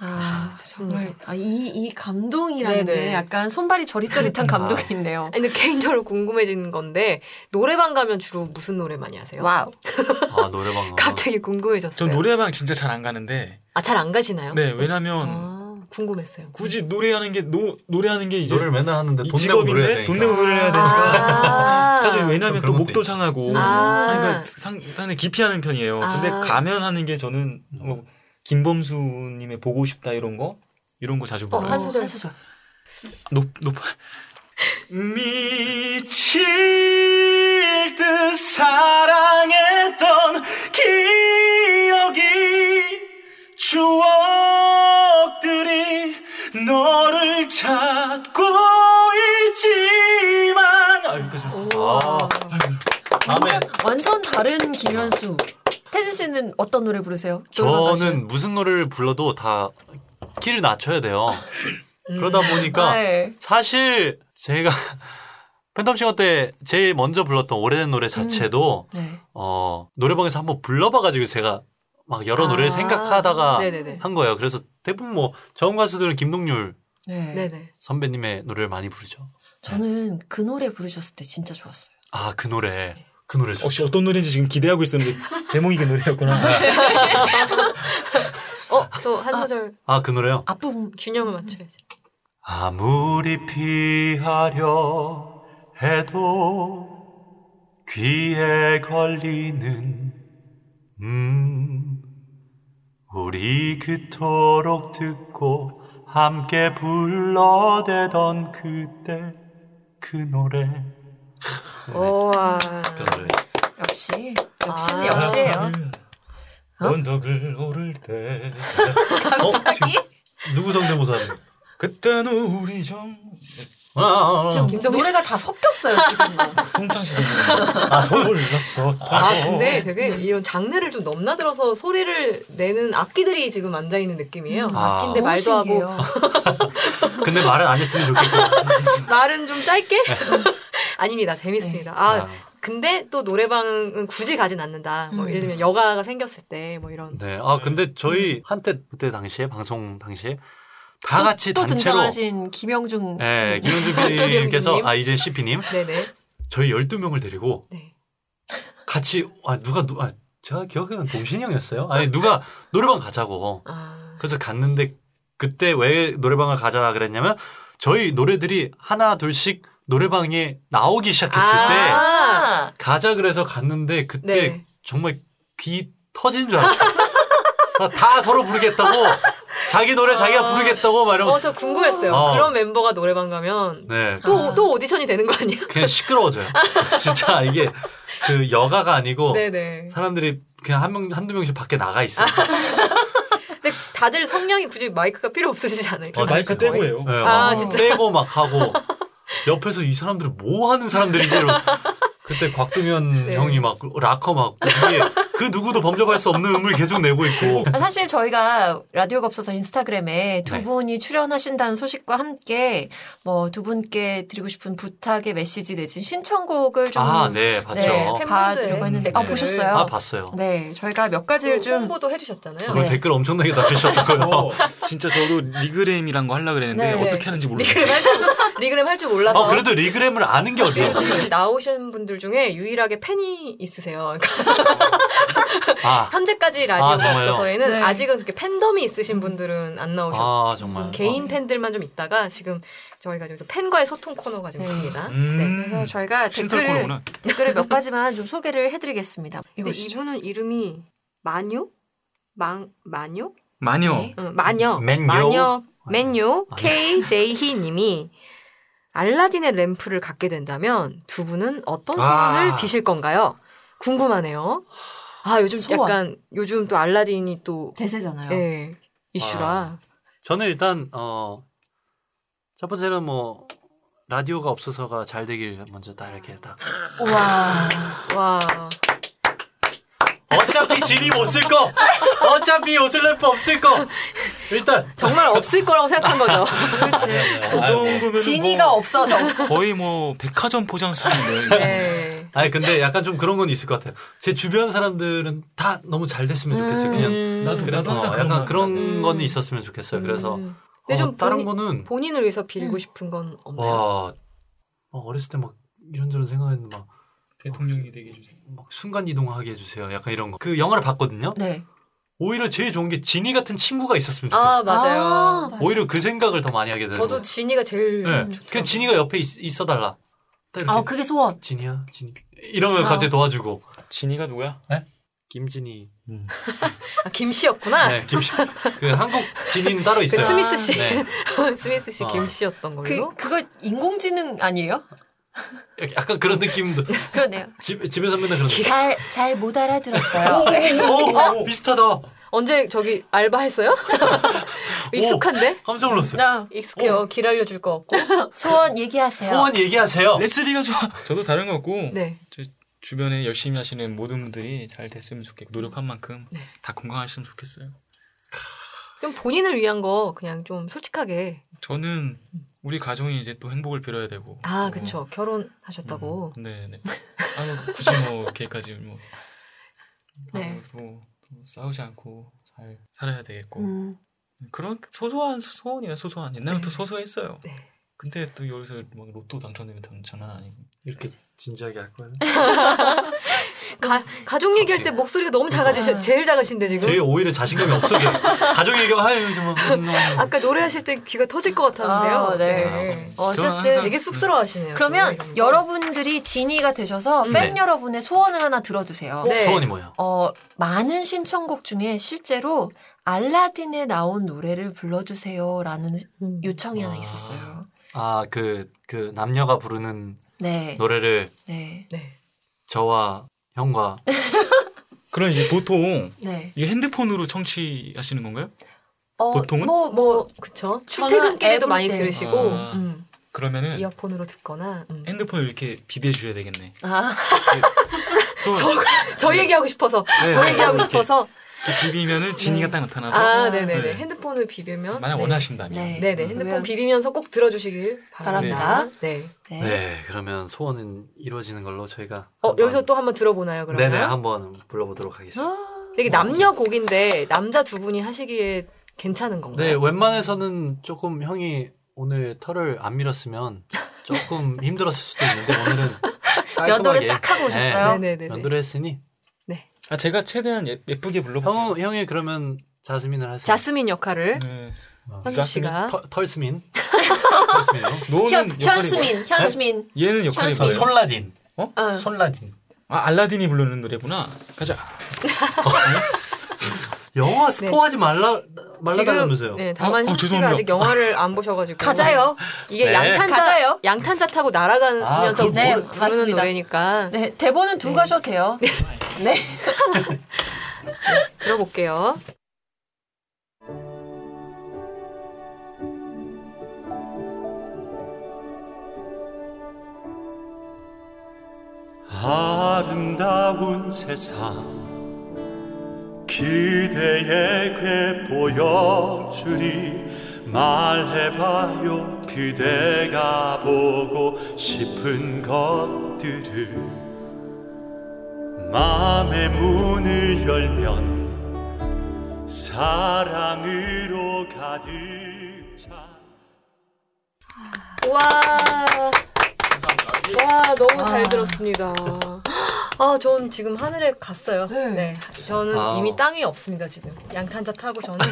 A: 아 정말
B: 좋습니다.
A: 아, 이, 이 감동이라는
B: 네네.
A: 게 약간 손발이
E: 아.
A: 저릿저릿한 감동이 있네요
B: 아니, 근데 개인적으로 궁금해지는 건데 노래방 가면 주로 무슨 노래 많이 하세요?
A: 와우
E: 아 노래방
B: 갑자기 궁금해졌어요.
D: 전 노래방 진짜 잘 안 가는데
B: 네. 아 잘 안 가시나요?
D: 네 왜냐면
B: 아, 궁금했어요.
D: 굳이 노래하는 게 노, 노래하는 게 이제
E: 노래를 맨날 하는데
D: 이
E: 돈 내고 노래야
D: 직업인데
E: 되니까
D: 돈 내고 노래를 해야 되니까
B: 아.
D: 사실 왜냐면
E: 좀
D: 또
E: 그런
D: 목도
E: 것도
D: 상하고
B: 아.
D: 그러니까 상, 상당히 기피하는 편이에요. 근데
B: 아.
D: 가면 하는 게 저는 뭐 김범수님의 보고 싶다 이런 거 이런 거 자주
B: 어,
D: 불러요.
B: 한 소절
A: 한 소절
D: 높 높아 미칠 듯 사랑했던 기억이 추억들이 너를 찾고 있지만 아 여기까지
E: 아, 다음에
A: 완전 다른 김현수 태진 씨는 어떤 노래 부르세요? 노래방 가시면?
E: 저는 무슨 노래를 불러도 다 키를 낮춰야 돼요.
B: 음.
E: 그러다 보니까
A: 네.
E: 사실 제가 [LAUGHS] 팬텀 싱어 때 제일 먼저 불렀던 오래된 노래 자체도
A: 네.
E: 어, 노래방에서 한번 불러봐가지고 제가 막 여러
B: 아.
E: 노래를 생각하다가
B: 네네네.
E: 한 거예요. 그래서 대부분 뭐 저음 가수들은 김동률
A: 네.
B: 네네.
E: 선배님의 노래를 많이 부르죠.
A: 저는 그 노래 부르셨을 때 진짜 좋았어요.
E: 아 그 노래 그 노래 좋죠.
D: 혹시 어떤 노래인지 지금 기대하고 있었는데 제목이
B: [LAUGHS]
D: 그 노래였구나
B: 어또 한 소절
E: 아 그 노래요.
A: 앞부분
B: 균형을 맞춰야지.
E: 아무리 피하려 해도 귀에 걸리는 음 우리 그토록 듣고 함께 불러대던 그때 그 노래
B: 어, 오와.
E: 그렇죠.
A: 역시 역시는
B: 아.
A: 역시예요.
D: 어? 언덕을 오를 때
A: 갑자기
E: 어? 누구 성대모사
D: 그땐 우리 정
A: 어,
E: 아,
A: 지금 노래가 다 섞였어요 지금.
D: 송창 씨 선배님 아 몰랐어
B: 아 근데 되게 이런 장르를 좀 넘나들어서 소리를 내는 악기들이 지금 앉아 있는 느낌이에요.
A: 음,
E: 아.
B: 악기인데 말도 하고
A: 어.
E: 근데 말을 안 했으면 좋겠고
B: [LAUGHS] 말은 좀 짧게? 아닙니다. 재밌습니다. 아,
E: 아.
B: 근데 또 노래방은 굳이 가진 않는다. 뭐
A: 음.
B: 예를 들면 여가가 생겼을 때 뭐 이런.
E: 네. 아 근데 저희 한때 그때 당시에 방송 당시에 다 같이
A: 또
E: 단체로
A: 등장하신 김영중
B: 어? 음.
E: 예,
B: [LAUGHS]
E: 김현준 PD님께서
B: 김현준님.
E: 아 이제 CP님
B: 네네.
E: 저희 12명을 데리고
B: 네.
E: 같이 아 누가 누 아, 제가 기억에는 동신이 형이었어요. 아니 누가 노래방 가자고.
B: 아.
E: 그래서 갔는데 그때 왜 노래방을 가자 그랬냐면 저희 노래들이 하나 둘씩 노래방에 나오기 시작했을 때
B: 아.
E: 가자 그래서 갔는데 그때
B: 네.
E: 정말 귀 터진 줄 알았어. [LAUGHS] 다 서로 부르겠다고 자기 노래 자기가
B: 아.
E: 부르겠다고 막 이러면서
B: 어, 저 궁금했어요.
E: 어.
B: 그런 멤버가 노래방 가면
E: 네
B: 또,
A: 아.
B: 또 오디션이 되는 거 아니야?
E: 그냥 시끄러워져요. [LAUGHS] 진짜 이게 그 여가가 아니고
B: [LAUGHS] 네네.
E: 사람들이 그냥 한 명 한두 명씩 밖에 나가 있어요.
B: 아. 근데 다들 성량이 굳이 마이크가 필요 없으시지 않을까?
E: 어,
D: 마이크 떼고 해요.
E: 네,
B: 아,
E: 막
B: 진짜?
E: 빼고 막
B: [LAUGHS]
E: 하고 옆에서 이 사람들이 뭐 하는 사람들이지? 이러고. 그때 곽동현
B: 네.
E: 형이 막 락커 막 위에 그 누구도 범접할 수 없는 음을 계속 내고 있고
A: 아, 사실 저희가 라디오가 없어서 인스타그램에 두
E: 네.
A: 분이 출연하신다는 소식과 함께 뭐 두 분께 드리고 싶은 부탁의 메시지 내진 신청곡을 좀
E: 아 네
A: 네,
E: 봤죠.
B: 팬분들의
A: 봐드리려고 했는데 아
E: 네.
A: 보셨어요?
E: 아 봤어요.
A: 네, 저희가 몇 가지를
B: 좀
A: 좀
B: 홍보도 해주셨잖아요.
E: 그리고
A: 네.
E: 댓글
B: [LAUGHS]
E: 엄청나게
D: 어.
E: 달리셨다고요.
D: 진짜 저도 리그램이란 거 하려고 그랬는데
A: 네.
D: 어떻게 하는지 몰라요.
B: 리그램 할 줄 [LAUGHS] 리그램 할 줄 몰라서.
E: 아 그래도 리그램을 아는 게 어디예요?
B: [LAUGHS] 그리고 지금 나오신 분들 중에 유일하게 팬이 있으세요. 그러니까 [LAUGHS]
E: 아,
B: 현재까지
E: 아,
B: 라디오가
E: 정말요?
B: 없어서에는
A: 네.
B: 아직은 그렇게 팬덤이 있으신 분들은 안 나오셨고
E: 아 정말.
B: 개인 팬들만 좀 있다가 지금 저희가 여기서 팬과의 소통 코너가 지금
A: 네.
B: 있습니다. 네.
D: 음.
A: 그래서 저희가
D: 신설
A: 댓글을
D: 코너구나.
A: 댓글을 몇 가지만 좀 소개를 해드리겠습니다. 네, 이거
B: 근데
A: 진짜
B: 이분은 이름이 마뇨? 망 마뇨?
D: 마녀.
A: 네.
B: 응, 마녀,
E: 맨요?
B: 마녀, 맨요,
E: 아니요.
B: KJ희님이 알라딘의 램프를 갖게 된다면 두 분은 어떤
E: 아.
B: 소원을 비실 건가요? 궁금하네요. 아 요즘
A: 소원.
B: 약간 요즘 또 알라딘이 또
A: 대세잖아요.
B: 예, 이슈라.
E: 저는 일단 어 첫 번째는 뭐 라디오가 없어서가 잘 되길 먼저 딱 이렇게 딱.
A: 우와.
B: 와.
E: 어차피 진이 못 쓸 거. 어차피 옷을 낼거 없을 거. 일단
B: 정말 없을 거라고 생각한
E: [LAUGHS]
B: 거죠.
E: 아,
D: 그 정도면
A: 진이가
D: 뭐
A: 없어서
D: 거의 뭐 백화점 포장 [LAUGHS] 수준인데
B: 네.
E: 아니 근데 약간 좀 그런 건 있을 것 같아요. 제 주변 사람들은 다 너무 잘 됐으면 좋겠어요. 그냥
B: 음.
D: 나도-
E: 그래, 어,
D: 항상 그런
E: 약간
D: 마음이야.
E: 그런
B: 음.
E: 건 있었으면 좋겠어요. 그래서
B: 음. 근데
E: 어,
B: 좀
E: 다른 음.
B: 본인,
E: 거는
B: 본인을 위해서 빌고 싶은 건 없나요?
E: 와 어, 어렸을 때 막 이런저런 생각했는데 막,
D: 대통령이 되게 해주세요.
E: 막 순간 이동하게 해주세요. 약간 이런 거. 그 영화를 봤거든요.
A: [LAUGHS] 네.
E: 오히려 제일 좋은 게 진이 같은 친구가 있었으면 좋겠어요.
B: 아 맞아요.
A: 아, 맞아요.
E: 오히려 그 생각을 더 많이 하게 되는
B: 저도
E: 거예요.
B: 진이가 제일
E: 네.
B: 좋더라고요.
E: 그냥 진이가 옆에 있, 어달라딱 이렇게
A: 아 그게 소원.
E: 진이야, 진이. 이러면
A: 아.
E: 갑자기 도와주고.
D: 진이가 누구야?
E: 김진이.
B: 아, 김씨였구나. [LAUGHS]
E: 네, 김씨. 그 한국 진인 따로
B: 그
E: 있어요.
B: 스미스 씨,
E: 네.
B: [LAUGHS] 스미스 씨
E: 어.
B: 김씨였던 걸로.
A: 그 그거 인공지능 아니에요?
E: 약간 그런 느낌도.
A: 그러네요.
E: 집, 집에서 맨날
B: [LAUGHS]
E: 그런 느낌.
A: 잘 잘 못 알아들었어요.
E: 오, 비슷하다.
B: 언제 저기 알바
E: [LAUGHS]
B: 했어요? 익숙한데?
E: 깜짝 놀랐어요.
A: 나
B: 익숙해요. 길 알려줄 거 없고.
A: 소원 얘기하세요.
E: 소원 얘기하세요.
D: 레슬리가 좋아. 저도 다른 거 없고
B: 네.
D: 주변에 열심히 하시는 모든 분들이 잘 됐으면 좋겠고 노력한 만큼
B: 네.
D: 다 건강하셨으면 좋겠어요.
B: 그럼 본인을 위한 거 그냥 좀 솔직하게.
D: 저는 우리 가정이 이제 또 행복을 빌어야 되고.
B: 아,
D: 또-
B: 그쵸. 결혼하셨다고.
D: 음, 네,
B: [LAUGHS]
D: 네. 아니 뭐 굳이 뭐 이렇게까지 뭐.
B: 네.
D: 네. 뭐, 또 싸우지 않고 잘 살아야 되겠고
A: 음.
D: 그런 소소한 소- 소원이야 소소한 옛날부터
B: 네.
D: 소소했어요.
B: 네.
D: 근데 또 여기서 막 로또 당첨되면 당- 장난 아니고.
E: 이렇게 진지하게 할 거예요.
B: 가, 가족 얘기할 때 목소리가 너무 작아지셔.
A: 아.
B: 제일 작으신데 지금.
E: 음. 제일 오히려
B: [LAUGHS]
E: 자신감이 없어져요. 가족 얘기하면, 아유, 좀, 음, 음.
B: 아까 노래하실 때 귀가 터질 것 같았는데요.
A: 아, 네.
D: 저는
A: 어쨌든
D: 항상-
B: 되게 쑥스러워하시네요.
A: 그러면
B: 또 이런 거.
A: 여러분들이 진이가 되셔서 팬
E: 네.
A: 여러분의 소원을 하나 들어주세요.
B: 네.
E: 음. 소원이 뭐예요?
A: 어, 많은 신청곡 중에 실제로 알라딘에 나온 노래를 불러주세요라는
B: 음.
A: 요청이 하나
E: 아.
A: 있었어요.
E: 아, 그, 그 남녀가 부르는
A: 네,
E: 노래를
A: 네,
B: 네.
E: 저와 형과
D: 그럼 이제 보통
A: 네.
D: 이 핸드폰으로 청취하시는 건가요?
A: 어,
D: 보통은?
A: 뭐,
B: 뭐 그쵸. 출퇴근길에도
A: 앱을
B: 많이
A: 때.
B: 들으시고
D: 아.
B: 음,
E: 네.
D: 그러면은
B: 이어폰으로 듣거나. 음.
D: 핸드폰을 이렇게
B: [LAUGHS]
D: 비대줘야 되겠네.
A: 아,
D: 소원.
B: 아, 저 얘기하고 싶어서
D: 네.
B: 저 얘기하고 싶어서
D: 이렇게 비비면은 진이가 딱 나타나서
B: 아,
A: 아,
B: 네네네.
D: 네.
B: 핸드폰을 비비면
D: 만약
B: 네.
D: 원하신다면
A: 네.
B: 네네. 핸드폰
A: 그러면-
B: 비비면서 꼭 들어주시길 바랍니다.
A: 바랍니다.
B: 네.
A: 네.
E: 네, 그러면 소원은 이루어지는 걸로 저희가
B: 어 아.
E: 한번-
B: 여기서 또 한번 들어보나요? 그러면.
E: 네네 한번 불러보도록 하겠습니다.
B: 되게 남녀 곡인데 남자 두 분이 하시기에 괜찮은 건가요?
E: 네, 웬만해서는 조금 형이 오늘 털을 안 밀었으면 조금 힘들었을 수도 있는데 오늘은
A: 면도를
E: 깔끔하게
A: 싹 하고 오셨어요.
B: 네네네.
E: 면도를 했으니
D: 아, 제가 최대한 예,
B: 어,
D: 예쁘게 불러볼게요.
E: 형 형이 그러면 자스민을 하세요.
B: 자스민 역할을
D: 네.
B: 현수
D: 자스민?
B: 씨가
E: 털, 털스민. 털스민으로.
D: 노는
A: 현,
D: 역할이
A: 현수민, 현수민.
D: 뭐야? 얘는 역할이
A: 현수민.
D: 뭐예요?
E: 손라딘. 네?
A: 어.
E: 손라딘.
D: 아 알라딘이 부르는 노래구나. 가자.
E: 영화 스포하지 말라 말라달라면서요.
B: 네, 다만
D: 어, 어,
B: 현수 씨가
D: 죄송합니다.
B: 아직 영화를 안 보셔가지고
A: 가자요.
B: 이게
E: 네.
B: 양탄자
A: 가자요.
B: 양탄자 타고 날아가면서
E: 아, 그걸
A: 네,
B: 부르는
A: 맞습니다.
B: 노래니까
A: 네, 대본은 두고 가셔도 돼요. 네.
B: 들어볼게요.
F: 아름다운 세상 기대에게 보여주리 말해봐요 그대가 보고 싶은 것들을 마음의 문을 열면 사랑으로 가득 차
B: 와. 와, 너무 잘 들었습니다. 아, 전 지금 하늘에 갔어요. 네. 저는
E: 아우.
B: 이미 땅이 없습니다, 지금. 양탄자 타고 저는.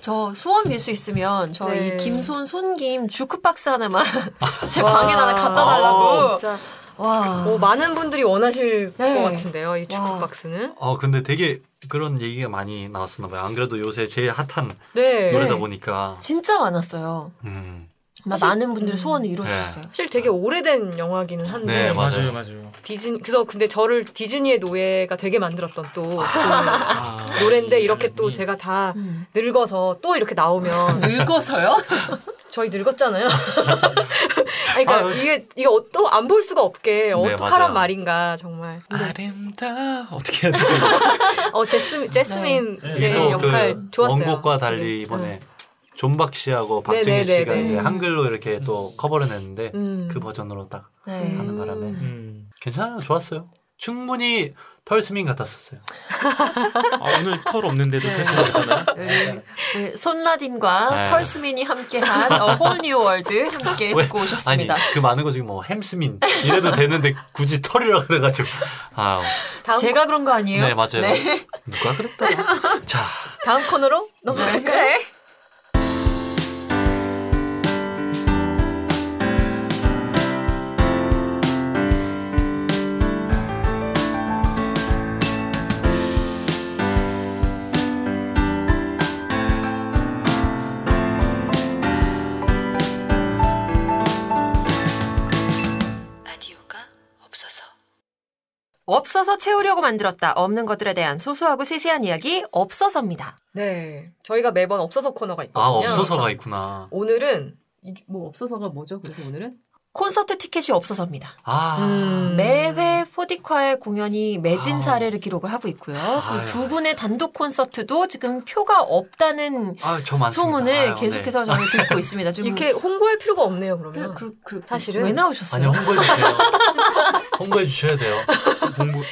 A: 저 수원 밀 수 있으면 저 이
B: 네.
A: 김손 손김 주크박스 하나만 [LAUGHS] 제
B: 와.
A: 방에 하나
B: 아.
A: 갖다 달라고.
B: 진짜
A: 와.
B: 뭐 많은 분들이 원하실
A: 아, 네.
B: 것 같은데요, 이
A: 와.
B: 주크박스는.
E: 어 근데 되게 그런 얘기가 많이 나왔었나 봐요. 안 그래도 요새 제일 핫한
B: 네.
E: 노래다 보니까.
A: 진짜 많았어요.
E: 음.
A: 정말
B: 사실-
A: 많은 분들이
B: 음.
A: 소원을 이루어주셨어요.
B: 사실 되게 오래된 영화기는 한데
E: 네, 맞아요.
D: 맞아요.
B: 디즈니 그래서 근데 저를 디즈니의 노예가 되게 만들었던 또 그
D: 아,
E: [LAUGHS]
B: 노래인데
D: 이
B: 이렇게 또
D: 알라딘이.
B: 제가 다
A: 음.
B: 늙어서 또 이렇게 나오면
A: 늙어서요?
B: 저희 늙었잖아요. [LAUGHS] 아니, 그러니까
E: 아유. 어. 네,
B: 이게 이거 또 안 볼 수가 없게 어떡하란
E: 맞아요.
B: 말인가 정말.
D: 아름다 어떻게 해야 되죠?
B: 어 제스민 제스민의
D: 네,
E: 또그
B: 역할 좋았어요. 네.
E: 원곡과 달리
B: 되게.
E: 이번에 존박 씨하고 박정희
B: 네, 네,
E: 씨가
B: 네,
E: 이제
B: 네.
E: 한글로 이렇게 또 커버를 냈는데
B: 음.
E: 그 버전으로 딱
A: 네.
E: 하는 바람에
B: 음.
D: 음.
E: 괜찮아요. 좋았어요. 충분히 털스민 같았었어요.
D: 아, 오늘 털 없는데도
A: 네.
D: 털 쓰는 거나?
A: 우리, 우리 손라딘과
E: 네. 털스민이
A: 털스민이 함께한 어, 홀뉴 월드 함께
E: 왜?
A: 네, 듣고 오셨습니다.
E: 아니 그 많은 거 중에 뭐 햄스민 이래도 되는데 굳이 털이라 그래가지고 아
B: 다음
A: 제가 그런 거 아니에요?
E: 네 맞아요. 누가 그랬다. 자
B: 다음 코너로 넘어갈까요?
A: 네. 없어서 채우려고 만들었다. 없는 것들에 대한 소소하고 세세한 이야기 없어서입니다.
B: 네. 저희가 매번 없어서 코너가 있거든요.
E: 아 없어서가 있구나.
B: 오늘은 이- 뭐 없어서가 뭐죠? 그래서 오늘은
A: 콘서트 티켓이 없어서입니다.
E: 아
B: 음.
A: 매회 포디콰의 공연이 매진 사례를 기록을 하고 있고요. 그리고
E: 아. 아유.
A: 두 분의 단독 콘서트도 지금 표가 없다는
E: 아, 저 많습니다.
A: 소문을
E: 아유, 네.
A: 계속해서 저는 듣고 [LAUGHS] 있습니다. 지금
B: 이렇게 홍보할 필요가 없네요.
A: 그,
B: 그러면
A: 그, 그,
B: 사실은-
A: 왜
E: 아니
A: 나오셨어요?
E: 홍보해 주세요. [LAUGHS] 홍보해 주셔야 돼요.
D: 공부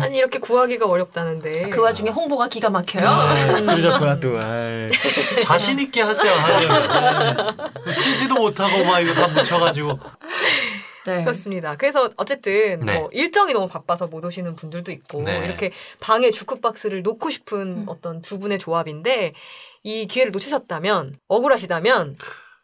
B: 아니 이렇게 구하기가 어렵다는데.
A: 그 와중에 홍보가 기가
E: 음.
A: 막혀요.
D: 그러셨구나 또. 아이.
E: 자신 있게 하세요. 하려면. 쓰지도 못하고 막 이거 다 묻혀가지고.
A: 네.
B: 그렇습니다. 그래서 어쨌든
E: 네.
B: 뭐 일정이 너무 바빠서 못 오시는 분들도 있고
E: 네.
B: 이렇게 방에 주크박스를 놓고 싶은 어떤 두 분의 조합인데 이 기회를 놓치셨다면 억울하시다면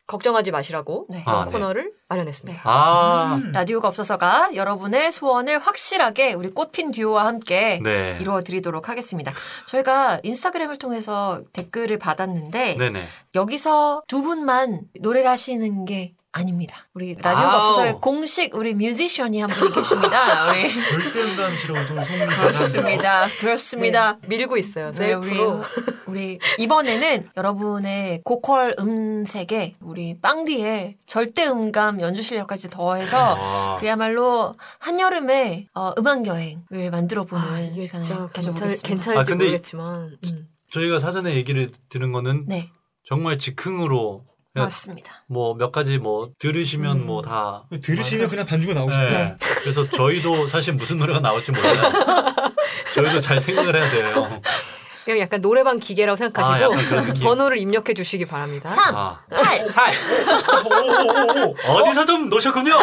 B: 걱정하지 마시라고
A: 네.
E: 아, 네.
B: 코너를 마련했습니다.
E: 아,
A: 라디오가 없어서가 여러분의 소원을 확실하게 우리 꽃핀 듀오와 함께
E: 네.
A: 이루어드리도록 하겠습니다. 저희가 인스타그램을 통해서 댓글을 받았는데
E: 네네.
A: 여기서 두 분만 노래를 하시는 게 아닙니다. 우리 라디오가
B: 아우.
A: 없어서 공식 우리 뮤지션이 한 분이 계십니다.
B: [LAUGHS]
A: 우리
B: 네.
D: 절대 음감시로도 소문이
A: 그렇습니다. 그렇습니다.
B: 밀고 있어요.
A: 네, 우리,
B: 셀프로.
A: 우리 이번에는 여러분의 고퀄 음색에 우리 빵 뒤에 절대 음감 연주 실력까지
B: [LAUGHS]
A: 더해서
E: 와.
A: 그야말로 한여름의 어, 음악 여행을 만들어 보는
B: 아, 이게
A: 시간을
B: 진짜 괜찮,
A: 가져보겠습니다.
B: 괜찮을지
E: 아, 근데 이-
B: 모르겠지만 음.
E: 저희가 사전에 얘기를 들은 거는
A: 네,
E: 정말 즉흥으로
A: 맞습니다.
E: 뭐 몇 가지 뭐 들으시면
B: 음.
E: 뭐 다
D: 들으시면 그냥 반주가 나오시네.
E: 네.
A: 네.
E: 그래서 저희도 사실 무슨 노래가 나올지 몰라요. 저희도 잘 생각을 해야 돼요.
B: 그냥 약간 노래방 기계라고
E: 아,
B: 생각하시고
E: 약간 그런 느낌.
B: 번호를 입력해 주시기 바랍니다.
A: 3,
E: 아.
A: 8.
E: 살. 오오오오. 어디서 좀 놓으셨군요.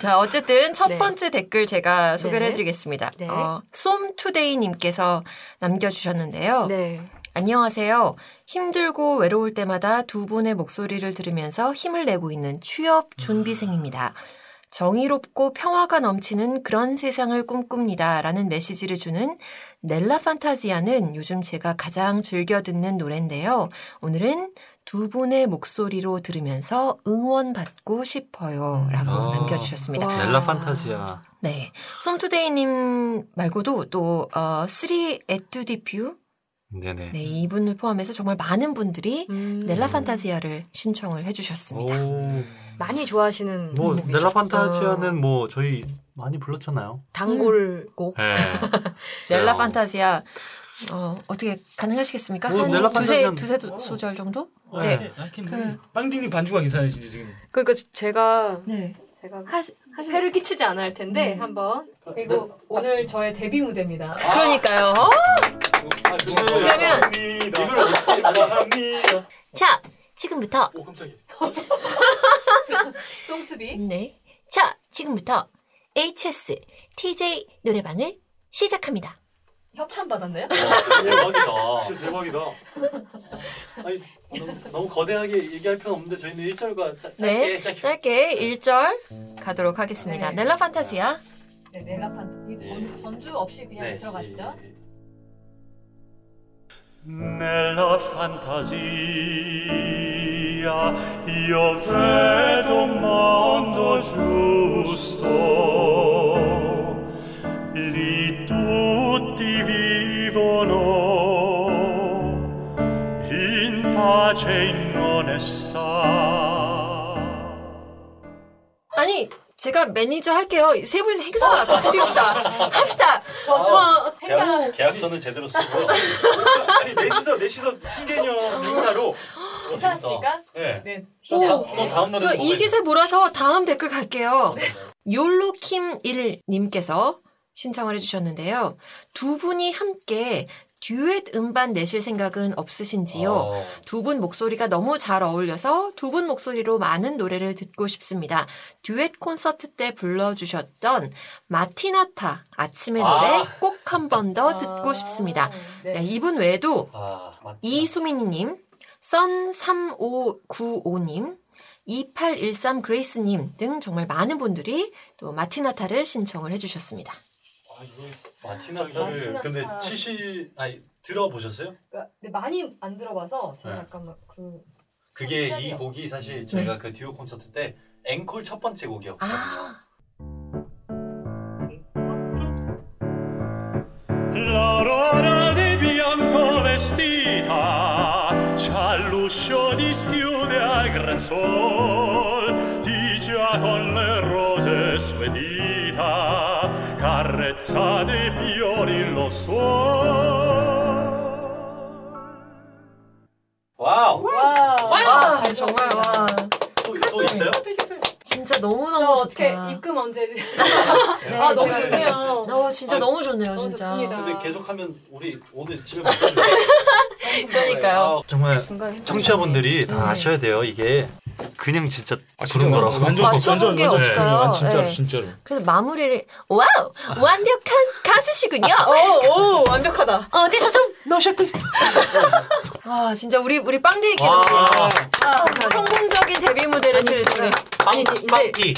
A: 자, 어쨌든 첫
B: 네.
A: 번째 댓글 제가 소개를
B: 네.
A: 해드리겠습니다.
B: 네.
A: 어, 쏨투데이님께서 남겨주셨는데요.
B: 네.
A: 안녕하세요. 힘들고 외로울 때마다 두 분의 목소리를 들으면서 힘을 내고 있는 취업 준비생입니다. 정의롭고 평화가 넘치는 그런 세상을 꿈꿉니다. 라는 메시지를 주는 넬라 판타지아는 요즘 제가 가장 즐겨 듣는 노래인데요. 오늘은 두 분의 목소리로 들으면서 응원받고 싶어요. 라고
E: 아.
A: 남겨주셨습니다.
B: 와.
E: 넬라 판타지아.
A: 네. 솜투데이님 말고도 또, 어, 3 에투디퓨
E: 네네.
A: 네, 이분을 포함해서 정말 많은 분들이
B: 음.
A: 넬라 판타지아를 신청을
E: 어,
A: 해주셨습니다.
E: 오. 음,
B: 많이 좋아하시는
E: 뭐
B: 곡이죠.
E: 넬라 판타지아는 뭐 저희 많이 불렀잖아요.
B: 단골곡.
E: 예.
A: 넬라 판타지아 어, 어떻게 가능하시겠습니까?
E: 뭐,
A: 한
E: 넬라
A: 두세
E: 판타지아는- 뭐.
A: 두세 도- 소절 정도?
E: 네.
D: 네. 알겠네. 빵딩님 반주가 이상해지지 지금.
B: 그러니까 제가
A: 네.
B: 제가 하시, 해를 끼치지 않을 텐데
A: 음.
B: 한번 그리고 오늘 저의 데뷔 무대입니다.
A: 그러니까요. 어? 그러면 [LAUGHS] 자 지금부터
D: 오 깜짝이야.
B: 송스비.
A: 네. 자 지금부터 HS TJ 노래방을 시작합니다.
B: 협찬 받았나요?
E: 대박이다.
F: 대박이다.
E: 아니, 너무, 너무 거대하게 얘기할 필요는 없는데 저희는 1절과 짧게
A: 네. 짧게 1절 가도록 하겠습니다.
B: 네.
A: 넬라 판타지아.
B: 네, 넬라
E: 예.
B: 판타지. 전주 없이 그냥
E: 네,
B: 네, 들어가시죠.
D: 아,
F: Nella fantasia io vedo un mondo giusto, lì tutti vivono in pace e in onestà.
A: 아니 제가 매니저 할게요. 세 분 행사 같이 뛰시다 합시다. 어,
E: 아, 계약, 계약서는 제대로 쓰고
D: 아니 내시서 내시서 신개념 인사로.
B: 괜찮았으니까.
E: 네.
B: 네.
E: 또, 다- 또 다음 노래
A: 그 이 기세 몰아서 다음 댓글 갈게요. 욜로킴1님께서 신청을 해주셨는데요. 두 분이 함께 듀엣 음반 내실 생각은 없으신지요?
E: 어.
A: 두 분 목소리가 너무 잘 어울려서 두 분 목소리로 많은 노래를 듣고 싶습니다. 듀엣 콘서트 때 불러주셨던 마티나타 아침의 노래
E: 아.
A: 꼭 한 번 더 듣고 싶습니다.
B: 아,
A: 네, 이분 외에도
E: 아, 맞다.
A: 이소민이님, 썬3595님, 2813 그레이스님 등 정말 많은 분들이 또 마티나타를 신청을 해주셨습니다.
E: 마티나타를
B: 아, 마티나타.
E: 근데 치시 아니 들어보셨어요?
B: 네, 많이 안 들어봐서 제가
E: 네.
B: 약간 막 그.
E: 그게 이
B: 시작이요.
E: 곡이
A: 네.
E: 사실 저희가 그 듀오 콘서트 때 앵콜 첫 번째 곡이었거든요.
A: 아.
F: L'aurora di bianco vestita c'ha l'uscio dischiude al gran sol ti già con le rose sue dita carezza dei fiori lo suol
E: 와우.
B: 와.
A: 와, 아, 정말 와.
E: 또, 또 있어요? 네,
A: 진짜
B: 저
A: 너무너무
B: 어떻게
A: 좋다.
B: 입금 언제 해주세요?
A: 네,
B: 아, 너무
A: 제가-
B: 좋네요.
A: 어, 진짜
E: 아,
A: 너무 좋네요,
B: 너무
A: 진짜.
B: 좋습니다.
E: 근데 계속하면 우리 오늘 집에 못 가요.
A: 그러니까요.
E: 아, 정말
B: 중간에
A: 네.
E: 청취자분들이 다 아셔야 돼요. 이게 그냥 진짜
D: 아 진짜
E: 그런 거라고.
D: 완전
A: 맞춰본 게 없어요.
D: 중요한, 진짜로
A: 네.
D: 진짜로.
A: 그래서 마무리를 와우 완벽한 가수시군요.
B: 아, 네. 오, 오, 완벽하다.
A: 어디서 좀 넣으셨군. 와 진짜 우리 우리 빵디에게도
E: 아. 와.
A: 성공적인 데뷔 무대를 치르신
B: 네,
A: 우리
B: 아니, 이제-
A: 네.
B: 이제
E: 이.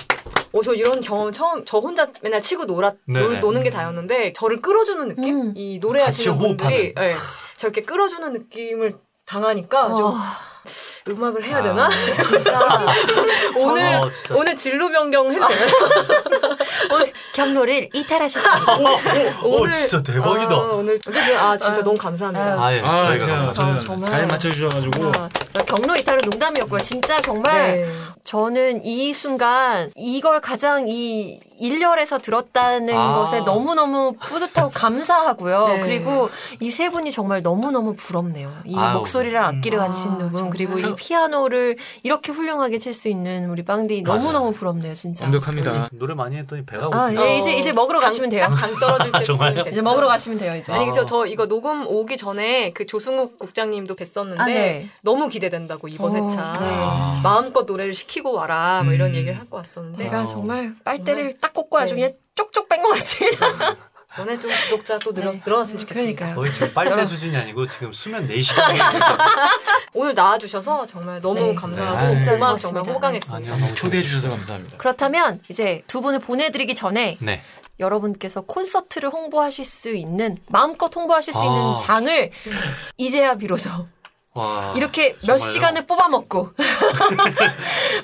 B: 어, 저 이런 경험 처음, 저 혼자 맨날 치고 놀았,
E: 네네.
B: 놀, 노는 게 다였는데, 저를 끌어주는 느낌?
A: 음.
B: 이
E: 같이
B: 노래하시는
E: 호흡하는.
A: 아.
B: 분들이, 예, 저렇게 끌어주는 느낌을 당하니까, 좀,
A: 와,
G: 음악을 해야
B: [LAUGHS]
G: 되나? 오늘
E: 아. 어, 진짜.
G: 오늘 진로 변경 해도 되나?
A: 경로를 이탈하셨습니다.
E: [LAUGHS] 오, 진짜 대박이다.
G: 아, 오늘 어쨌든 아 진짜 너무 감사합니다.
E: 아, 예,
D: 아,
E: 저희가
D: 제가
E: 감사합니다.
A: 감사합니다.
D: 정말
A: 정말.
D: 잘 맞춰주셔가지고
A: 어, 경로 이탈은 농담이었고요. 진짜 정말
G: 네.
A: 저는 이 순간 이걸 가장 이 일렬에서 들었다는
E: 아.
A: 것에 너무너무 뿌듯하고 감사하고요.
G: 네.
A: 그리고 이 세 분이 정말 너무너무 부럽네요. 이
E: 아유.
A: 목소리랑 악기를
G: 아,
A: 가지신 두 분,
G: 정말.
A: 그리고 이 피아노를 이렇게 훌륭하게 칠 수 있는 우리 빵디
E: 맞아요.
A: 너무너무 부럽네요, 진짜.
D: 완벽합니다.
E: 노래 많이 했더니 배가
A: 아,
E: 고프다.
A: 예, 이제, 이제 먹으러 가시면 돼요.
G: 당
E: [LAUGHS]
G: 떨어질 때쯤
E: 아, 정말요?
A: 이제 먹으러 가시면 돼요, 이제.
G: 아니 그래서
E: 아.
G: 저 이거 녹음 오기 전에 그 조승욱 국장님도 뵀었는데
A: 아, 네.
G: 너무 기대된다고 이번
A: 오,
G: 회차
A: 네.
E: 아.
G: 마음껏 노래를 시키고 와라 뭐 이런
D: 음.
G: 얘기를 하고 왔었는데
A: 제가
E: 아.
A: 정말 빨대를 딱 꽂고 아주
G: 네.
A: 그냥 쪽쪽 뺀 것 같습니다.
G: 이번에 좀 구독자 또 늘어
A: 네.
G: 늘어났으면 좋겠습니다.
E: 거의 지금 빨대
A: 여러분.
E: 수준이 아니고 지금 수면
A: [LAUGHS]
E: 4시간.
G: 오늘 나와주셔서 정말 너무
A: 네.
G: 감사하고
D: 네, 진짜
G: 음악
A: 고맙습니다.
G: 정말 호강했습니다.
E: 네.
D: 초대해주셔서 감사합니다.
A: 그렇다면 이제 두 분을 보내드리기 전에
E: 네.
A: 여러분께서 콘서트를 홍보하실 수 있는 마음껏 홍보하실 수
E: 아.
A: 있는 장을 이제야 비로소
E: 와.
A: 이렇게 몇
E: 아, 정말요?
A: 시간을
E: [LAUGHS]
A: 뽑아먹고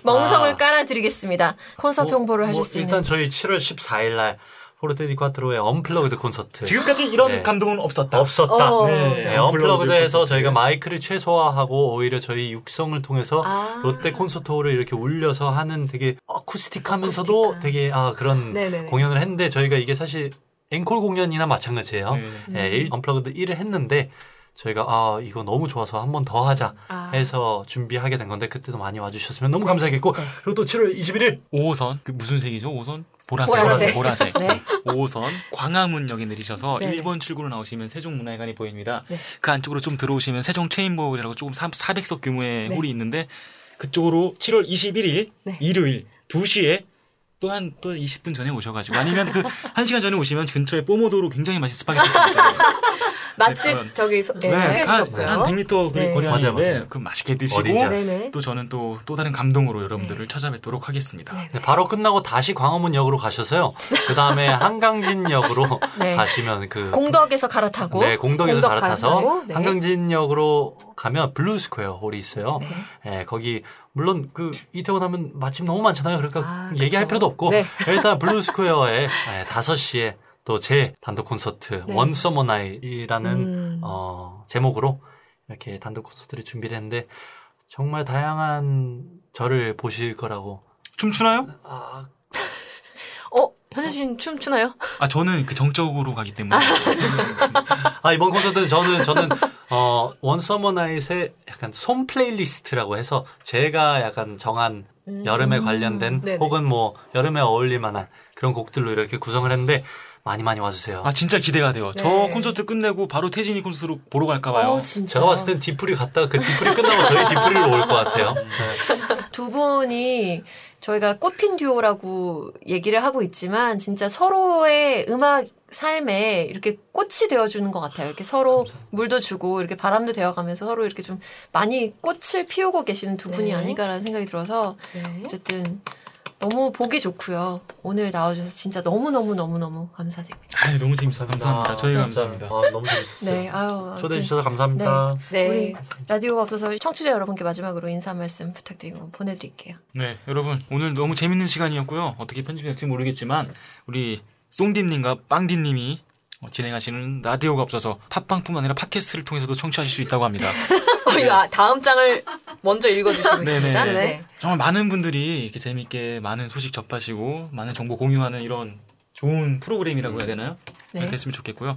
A: 멍성을
E: 아.
A: 깔아드리겠습니다. 콘서트
E: 뭐,
A: 홍보를 하실
E: 뭐
A: 수
E: 일단
A: 있는
E: 저희 7월 14일 날 포르테디 콰트로의 언플러그드 콘서트.
D: 지금까지 이런
E: 네.
D: 감동은 없었다.
E: 없었다.
G: 어.
E: 네, 언플러그드에서 저희가 마이크를 최소화하고 오히려 저희 육성을 통해서
G: 아.
E: 롯데 콘서트홀을 이렇게 울려서 하는 되게 어쿠스틱하면서도
G: 어쿠스틱한.
E: 되게 아 그런
G: 네네네.
E: 공연을 했는데 저희가 이게 사실 앵콜 공연이나 마찬가지예요.
A: 음.
D: 네.
E: 예, 일- 언플러그드 1을 했는데 저희가 아 이거 너무 좋아서 한 번 더 하자
G: 아.
E: 해서 준비하게 된 건데 그때도 많이 와주셨으면 너무 감사하겠고
G: 네.
E: 그리고 또 7월 21일
D: 5호선 그 무슨 색이죠? 5호선 보라색
A: 보라색.
D: 보라색, 보라색.
A: 네.
D: 5호선 광화문역에 내리셔서
G: 네.
D: 1번 출구로 나오시면 세종문화회관이 보입니다.
G: 네.
D: 그 안쪽으로 좀 들어오시면 세종 체인몰이라고 조금 400석 규모의
G: 네.
D: 홀이 있는데 그쪽으로 7월 21일
G: 네.
D: 일요일 2시에 또 한 또 20분 전에 오셔가지고 아니면 그 1시간 전에 오시면 근처에 뽀모도로 굉장히 맛있는 스파게티가 있어요.
G: 맛집
D: 그런-
G: 저기 소, 네, 소개해
D: 한,
G: 주셨고요.
D: 한 100m
G: 네.
D: 거리
E: 맞아요,
D: 안인데
E: 맞아요.
D: 그 맛있게 드시고
E: 어디죠?
G: 네네. 네.
D: 또 저는 또 또 다른 감동으로 여러분들을 찾아뵙도록 하겠습니다.
E: 네, 바로 끝나고 다시 광화문역으로 가셔서요. 그
G: [LAUGHS]
E: 다음에 한강진역으로
A: 네.
E: 가시면 그
A: 공덕에서 갈아타고
E: 네, 공덕에서
G: 공덕
E: 갈아타서
G: 갈아타고, 네.
E: 한강진역으로 가면 블루스퀘어 홀이 있어요.
G: 네.
E: 예, 거기 물론 그 이태원 하면 맛집 너무 많잖아요. 그러니까
G: 아,
E: 얘기할
G: 그쵸.
E: 필요도 없고
G: 네.
E: 일단 블루스퀘어에 예, 5시에 또 제 단독 콘서트
G: 네.
E: 원 서머 나이라는
G: 음.
E: 어, 제목으로 이렇게 단독 콘서트를 준비를 했는데 정말 다양한 저를 보실 거라고
D: 춤추나요?
E: 아,
G: 어 현진 씨는 춤 추나요?
D: 아 저는 그 정적으로 가기 때문에
E: 아, 이번 콘서트 저는 저는 어, 원서머 나잇의 약간 송 플레이리스트라고 해서 제가 약간 정한 여름에 관련된
G: 네네.
E: 혹은 뭐 여름에 어울릴 만한 그런 곡들로 이렇게 구성을 했는데 많이 많이 와주세요.
D: 아 진짜 기대가 돼요. 저
G: 네.
D: 콘서트 끝내고 바로 태진이 콘서트로 보러 갈까
A: 어,
D: 봐요.
A: 진짜
E: 아, 제가 봤을 땐 디프리 갔다가 그 디프리 끝나고 저희 디프리로 올 것 같아요. 네.
A: 두 분이 저희가 꽃핀 듀오라고 얘기를 하고 있지만 진짜 서로의 음악 삶에 이렇게 꽃이 되어주는 것 같아요. 이렇게 서로 물도 주고 이렇게 바람도 되어가면서 서로 이렇게 좀 많이 꽃을 피우고 계시는 두 분이
G: 네.
A: 아닌가라는 생각이 들어서
G: 네.
A: 어쨌든 너무 보기 좋고요. 오늘 나와주셔서 진짜 너무 너무 너무 너무 감사드립니다.
D: 아 너무 재밌어요. 감사합니다. 저희
G: 네.
D: 감사합니다.
E: 아, 너무 재밌었어요.
A: 네, 아유 아무튼
E: 초대해 주셔서 감사합니다.
G: 네.
A: 우리 라디오가 없어서 청취자 여러분께 마지막으로 인사 말씀 부탁드리고 보내드릴게요.
D: 네 여러분 오늘 너무 재밌는 시간이었고요. 어떻게 편집될지 모르겠지만 우리 송디님과 빵디님이 어, 진행하시는 라디오가 없어서 팟빵뿐만 아니라 팟캐스트를 통해서도 청취하실 수 있다고 합니다.
G: 어, 이거 아, 다음 장을 먼저 읽어주시고
D: 네네.
G: 있습니다.
D: 네.
G: 네.
D: 정말 많은 분들이 이렇게 재밌게 많은 소식 접하시고 많은 정보 공유하는 이런 좋은 프로그램이라고 해야 되나요?
A: 네.
D: 됐으면 좋겠고요.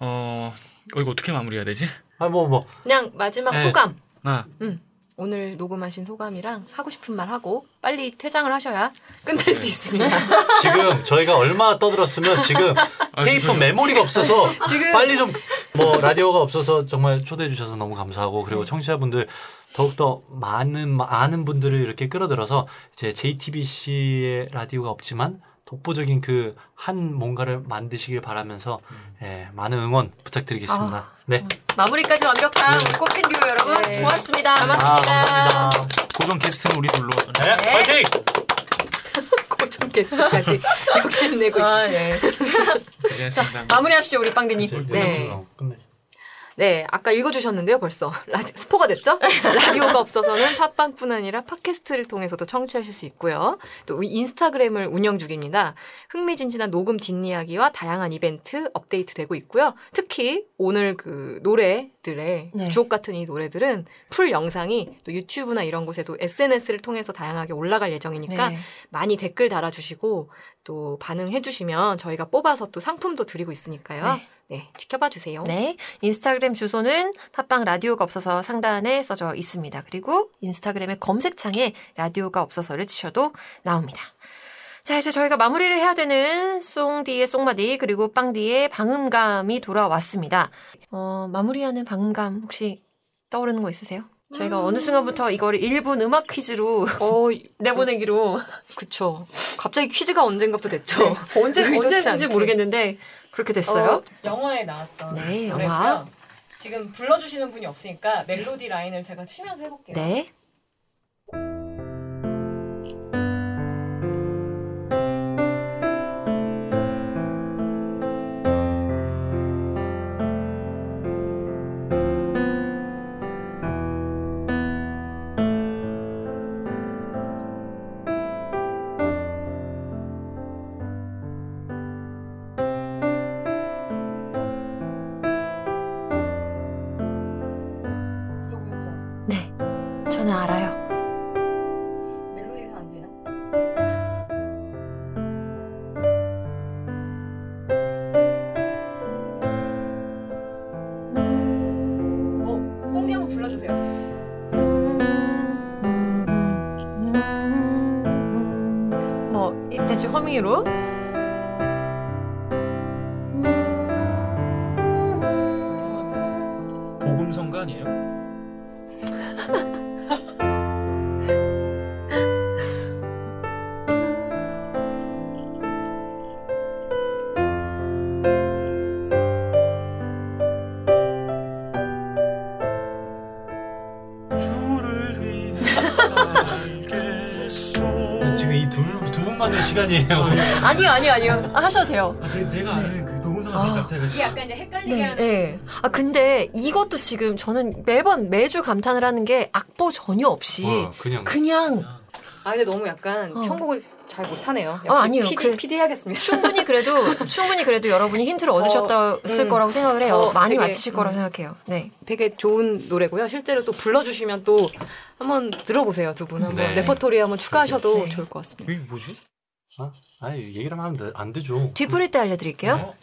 D: 어, 어 이거 어떻게 마무리해야 되지?
E: 아, 뭐, 뭐.
G: 그냥 마지막
D: 네.
G: 소감.
D: 아
G: 음, 오늘 녹음하신 소감이랑 하고 싶은 말 하고 빨리 퇴장을 하셔야 끝낼 수 있습니다. [LAUGHS]
E: 지금 저희가 얼마나 떠들었으면 지금 테이프
D: 죄송해요.
E: 메모리가 없어서
G: 지금-
E: 빨리 좀 뭐 라디오가 없어서 정말 초대해 주셔서 너무 감사하고 그리고 청취자분들 더욱더 많은 많은 분들을 이렇게 끌어들어서 이제 JTBC의 라디오가 없지만 독보적인 그 한 뭔가를 만드시길 바라면서 예, 많은 응원 부탁드리겠습니다. 네.
A: 마무리까지 완벽한 꽃핀 듀오 여러분
G: 네.
A: 고맙습니다.
E: 아, 감사합니다.
D: 고정 게스트는 우리 둘로.
E: 네, 파이팅!
G: 고정 게스트까지 욕심내고 있습니다.
A: 아, 예.
D: 고생했습니다.
A: 네.
E: 네.
A: 마무리하시죠 우리 빵디님.
E: 이제
G: 네.
E: 끝내.
B: 네, 아까 읽어주셨는데요, 벌써. 라디, 스포가 됐죠? 라디오가 없어서는 팟빵뿐 아니라 팟캐스트를 통해서도 청취하실 수 있고요. 또 인스타그램을 운영 중입니다. 흥미진진한 녹음 뒷이야기와 다양한 이벤트 업데이트되고 있고요. 특히 오늘 그 노래들의
A: 네.
B: 주옥 같은 이 노래들은 풀 영상이 또 유튜브나 이런 곳에도 SNS를 통해서 다양하게 올라갈 예정이니까
A: 네.
B: 많이 댓글 달아주시고 또 반응해주시면 저희가 뽑아서 또 상품도 드리고 있으니까요.
A: 네.
B: 네, 지켜봐 주세요.
A: 네. 인스타그램 주소는 팟빵 라디오가 없어서 상단에 써져 있습니다. 그리고 인스타그램의 검색창에 라디오가 없어서를 치셔도 나옵니다. 자, 이제 저희가 마무리를 해야 되는 송디의 송마디 그리고 빵디의 방음감이 돌아왔습니다. 어, 마무리하는 방음감 혹시 떠오르는 거 있으세요? 저희가 어느 순간부터 이거를 1분 음악 퀴즈로 [LAUGHS]
B: 어,
A: 내보내기로
B: 그쵸. 갑자기 퀴즈가 언젠가부터
G: 네.
B: 됐죠.
A: [LAUGHS] 언제
B: 의도치
A: 언제인지
B: 않게.
A: 모르겠는데 그렇게 됐어요.
G: 영화에 나왔던
A: 네,
G: 노래고요.
A: 영화.
G: 지금 불러주시는 분이 없으니까 멜로디 라인을 제가 치면서 해볼게요.
A: 네.
G: 들어보셨죠?
A: 네. 저는 알아요.
G: 멜로디가 안 되나? 어, 송디 한번 불러주세요.
A: 뭐 대충 허밍으로
G: 죄송합니다.
D: 복음성가 아니에요?
F: 주를 [LAUGHS] 위해 살겠소
E: 지금 이 두 분만의 시간이에요. 네,
A: 아니요 아니요 아니요 아, 하셔도 돼요.
D: 아, 내, 가 아는 그
A: 아.
D: 녹음성이랑 비슷해가지고
G: 이게 약간 이제 헷갈리게
A: 네.
G: 하는
A: 아 근데 이것도 지금 저는 매번 매주 감탄을 하는 게 악보 전혀 없이
E: 어, 그냥
A: 그냥
B: 아, 근데 너무 약간
A: 어.
B: 편곡을 잘 못하네요. 역시
A: 아, 아니에요.
B: PD,
A: 그-
B: PD 해야겠습니다.
A: 충분히 그래도 [LAUGHS] 어, 충분히 그래도 여러분이 힌트를 얻으셨을
B: 음.
A: 거라고 생각을 해요.
B: 어,
A: 많이
B: 되게,
A: 맞히실 거라고 생각해요. 네.
B: 되게 좋은 노래고요. 실제로 또 불러주시면 또 한번 들어보세요, 두 분. 한번
E: 네.
B: 레퍼토리에 한번 추가하셔도
A: 네.
B: 좋을 것 같습니다.
D: 이게 뭐지?
E: 아니 얘기를 하면 돼- 안 되죠.
A: 뒷부릴 때 알려드릴게요.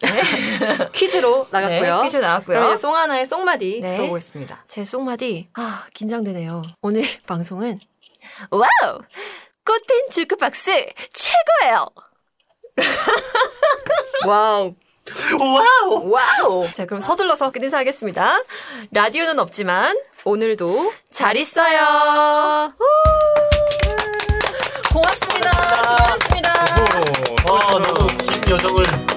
B: 퀴즈로
A: 네,
B: 나갔고요.
A: 퀴즈 나왔고요.
B: 그럼 이제 송하나의 송마디
A: 네.
B: 들어보겠습니다.
A: 제 속마디 아 긴장되네요. 오늘 [LAUGHS] 방송은 와우 꽃핀 주크박스 최고예요.
B: 와우. 와우. 와우.
A: 자 그럼 서둘러서 끝 인사하겠습니다. 라디오는 없지만
B: 오늘도
A: 잘 있어요. 우! 고맙습니다. 수고하셨습니다.
E: 와, 너무 긴 여정을